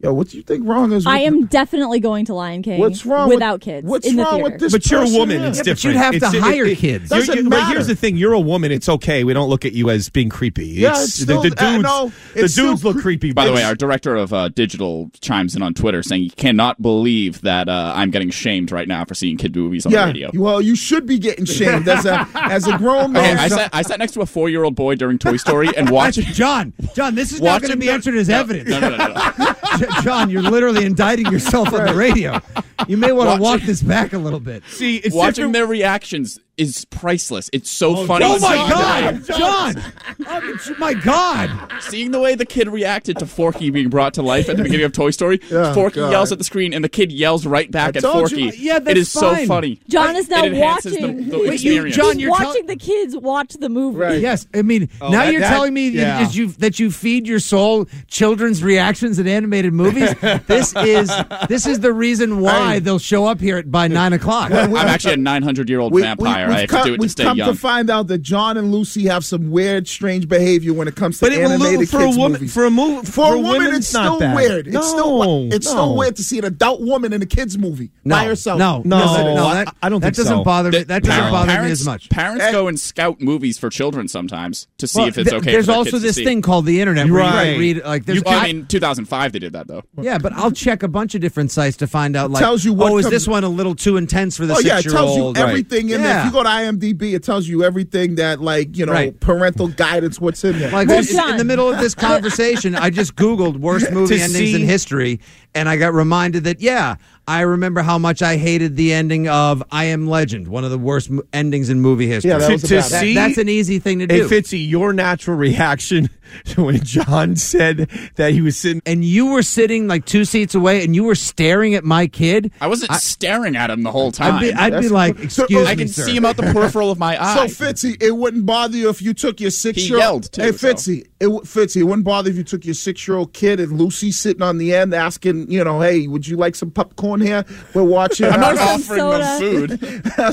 [SPEAKER 19] "Yo, what do you think wrong is?" with
[SPEAKER 7] I am definitely going to Lion King.
[SPEAKER 19] What's wrong with-
[SPEAKER 7] without kids?
[SPEAKER 19] what's
[SPEAKER 7] in the
[SPEAKER 19] wrong with
[SPEAKER 7] theater.
[SPEAKER 19] this
[SPEAKER 17] But you're a
[SPEAKER 19] person
[SPEAKER 17] woman.
[SPEAKER 19] is.
[SPEAKER 17] It's
[SPEAKER 19] Yeah, but
[SPEAKER 17] different.
[SPEAKER 19] you'd have to
[SPEAKER 17] It's- it-
[SPEAKER 19] hire
[SPEAKER 17] it- it-
[SPEAKER 19] kids.
[SPEAKER 17] you're-
[SPEAKER 19] Doesn't
[SPEAKER 17] you- but here's
[SPEAKER 19] matter.
[SPEAKER 17] the thing: you're a woman. It's okay. We don't look at you as being creepy.
[SPEAKER 19] Yeah,
[SPEAKER 17] It's-
[SPEAKER 19] it's
[SPEAKER 17] the-
[SPEAKER 19] still-
[SPEAKER 17] the,
[SPEAKER 19] uh,
[SPEAKER 17] dudes.
[SPEAKER 19] no,
[SPEAKER 17] the
[SPEAKER 19] it's
[SPEAKER 17] dudes
[SPEAKER 19] still
[SPEAKER 17] look creepy.
[SPEAKER 13] By the way,
[SPEAKER 17] It's-
[SPEAKER 13] our director of uh, digital chimes in on Twitter saying he cannot believe that uh, I'm getting shamed right now for seeing kid movies on the radio.
[SPEAKER 19] Well, you should be getting shamed as a as a
[SPEAKER 18] (laughs)
[SPEAKER 19] grown
[SPEAKER 13] Okay,
[SPEAKER 19] man.
[SPEAKER 13] I, sat, I sat next to a four year old boy during Toy Story and watched.
[SPEAKER 18] John, John, this is not
[SPEAKER 13] Watch
[SPEAKER 18] going to
[SPEAKER 13] him
[SPEAKER 18] be
[SPEAKER 13] go-
[SPEAKER 18] entered as
[SPEAKER 13] No,
[SPEAKER 18] evidence.
[SPEAKER 13] no, no, no,
[SPEAKER 18] (laughs) J- John, you're literally indicting yourself on the radio. You may want
[SPEAKER 13] Watch
[SPEAKER 18] to walk
[SPEAKER 13] it.
[SPEAKER 18] this back a little bit.
[SPEAKER 17] See,
[SPEAKER 13] watching their reactions is priceless. It's so
[SPEAKER 18] Oh,
[SPEAKER 13] funny.
[SPEAKER 18] John. Oh, my
[SPEAKER 13] seeing
[SPEAKER 18] God,
[SPEAKER 13] the-
[SPEAKER 18] John! Oh, my God!
[SPEAKER 13] Seeing the way the kid reacted to Forky being brought to life at the beginning of Toy Story,
[SPEAKER 19] Yeah,
[SPEAKER 13] Forky
[SPEAKER 19] God.
[SPEAKER 13] yells at the screen and the kid yells right back
[SPEAKER 19] I
[SPEAKER 13] at
[SPEAKER 19] told
[SPEAKER 13] Forky.
[SPEAKER 19] you. Yeah,
[SPEAKER 13] it
[SPEAKER 19] that's
[SPEAKER 13] is
[SPEAKER 19] fine.
[SPEAKER 13] so funny.
[SPEAKER 7] John is now
[SPEAKER 13] It enhances the-
[SPEAKER 7] watching.
[SPEAKER 13] the
[SPEAKER 7] Wait, you-
[SPEAKER 13] experience.
[SPEAKER 18] John,
[SPEAKER 7] he's
[SPEAKER 18] you're tell-
[SPEAKER 7] watching the kids watch the movie.
[SPEAKER 18] Yes, I mean
[SPEAKER 7] Oh,
[SPEAKER 18] now
[SPEAKER 7] that-
[SPEAKER 18] you're
[SPEAKER 7] that-
[SPEAKER 18] telling me that
[SPEAKER 7] yeah.
[SPEAKER 18] is you that you feed your soul children's reactions in animated movies. this is this is the reason why they'll show up here at by nine o'clock.
[SPEAKER 13] I'm actually a 900 year old vampire. I
[SPEAKER 19] we've
[SPEAKER 13] have
[SPEAKER 19] come,
[SPEAKER 13] to do it to
[SPEAKER 19] we've
[SPEAKER 13] stay
[SPEAKER 19] come
[SPEAKER 13] young.
[SPEAKER 19] to find out that John and Lucy have some weird, strange behavior when it comes to
[SPEAKER 17] But it will
[SPEAKER 19] animated
[SPEAKER 17] look- for a
[SPEAKER 19] kids
[SPEAKER 17] woman-
[SPEAKER 19] movies.
[SPEAKER 17] for a mo-
[SPEAKER 19] for
[SPEAKER 17] for
[SPEAKER 19] a woman,
[SPEAKER 17] women,
[SPEAKER 19] it's,
[SPEAKER 17] it's
[SPEAKER 19] still
[SPEAKER 17] not that.
[SPEAKER 19] weird. It's still
[SPEAKER 17] No,
[SPEAKER 19] it's still
[SPEAKER 17] no.
[SPEAKER 19] weird to see an adult woman in a kids movie by herself.
[SPEAKER 18] No,
[SPEAKER 19] Yes,
[SPEAKER 18] no,
[SPEAKER 19] it is.
[SPEAKER 18] no, that- I don't that think doesn't so. bother me-
[SPEAKER 13] The-
[SPEAKER 18] that doesn't
[SPEAKER 13] parents-
[SPEAKER 18] bother me as
[SPEAKER 13] parents-
[SPEAKER 18] much. Eh.
[SPEAKER 13] Parents go and scout movies for children sometimes to see
[SPEAKER 18] Well,
[SPEAKER 13] if it's
[SPEAKER 18] th-
[SPEAKER 13] okay.
[SPEAKER 18] There's
[SPEAKER 13] for their
[SPEAKER 18] also
[SPEAKER 13] kids to
[SPEAKER 18] this
[SPEAKER 13] see.
[SPEAKER 18] thing called the internet where you can read like there's
[SPEAKER 13] You can- I mean, 2005 they did that though.
[SPEAKER 18] Yeah, but I'll check a bunch of different sites to find out. Like,
[SPEAKER 19] Tells you what
[SPEAKER 18] oh, is
[SPEAKER 19] comes-
[SPEAKER 18] this one a little too intense for the
[SPEAKER 19] Oh yeah, it
[SPEAKER 18] six year
[SPEAKER 19] tells you
[SPEAKER 18] old?
[SPEAKER 19] everything in there. If you go to IMDb, it tells you everything that like you know
[SPEAKER 18] Right.
[SPEAKER 19] parental guidance. What's in there?
[SPEAKER 18] Like in- in the middle of this conversation, I just Googled worst movie
[SPEAKER 19] (laughs) To
[SPEAKER 18] endings in
[SPEAKER 19] see-
[SPEAKER 18] history, and I got reminded that yeah, I remember how much I hated the ending of I Am Legend, one of the worst mo- endings in movie history.
[SPEAKER 17] Yeah, that To- was a to bad one. see
[SPEAKER 18] that's an easy thing to
[SPEAKER 17] Hey,
[SPEAKER 18] do.
[SPEAKER 17] Fitzy, your natural reaction (laughs) to when John said that he was sitting,
[SPEAKER 18] and you were sitting like two seats away, and you were staring at my kid.
[SPEAKER 13] I wasn't staring at him the whole time.
[SPEAKER 18] I'd be, I'd be like, excuse me,
[SPEAKER 13] I can
[SPEAKER 18] sir."
[SPEAKER 13] see him out the peripheral of my eye.
[SPEAKER 19] So Fitzy, it wouldn't bother you if you took your six year
[SPEAKER 13] yelled, too,
[SPEAKER 19] Hey
[SPEAKER 13] so.
[SPEAKER 19] Fitzy, it w- Fitzy, it wouldn't bother if you took your six year old kid and Lucy sitting on the end asking, you know, hey, would you like some popcorn here? We're watching.
[SPEAKER 18] (laughs) I'm not
[SPEAKER 19] uh,
[SPEAKER 18] offering them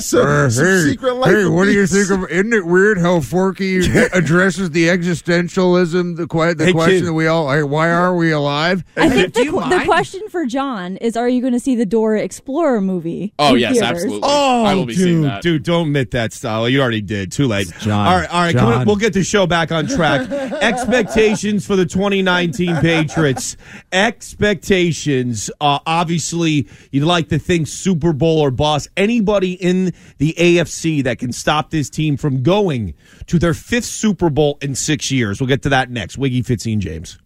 [SPEAKER 18] Soda.
[SPEAKER 19] some, (laughs) some secret life.
[SPEAKER 18] Uh, hey,
[SPEAKER 19] of
[SPEAKER 18] what do you
[SPEAKER 19] Bees.
[SPEAKER 18] think of? Isn't it weird how Forky addresses the existentialism, the que- the
[SPEAKER 17] Hey,
[SPEAKER 18] question
[SPEAKER 17] kid.
[SPEAKER 18] that we all, hey, why are we alive?
[SPEAKER 7] I think the, qu- the question for John is: Are you going to see the Dora Explorer movie? in theaters?
[SPEAKER 17] Oh,
[SPEAKER 13] Oh, I will be
[SPEAKER 17] dude,
[SPEAKER 13] seeing that.
[SPEAKER 17] dude, don't admit that, Style. You already did. Too late. John. All right, all right. Come on,
[SPEAKER 18] John.
[SPEAKER 17] we'll get the show back on track. Expectations for the 2019 Patriots. Expectations. Uh, obviously, you'd like to think Super Bowl or boss. Anybody in the AFC that can stop this team from going to their fifth Super Bowl in six years. We'll get to that next. Wiggy, Fitzy, and James.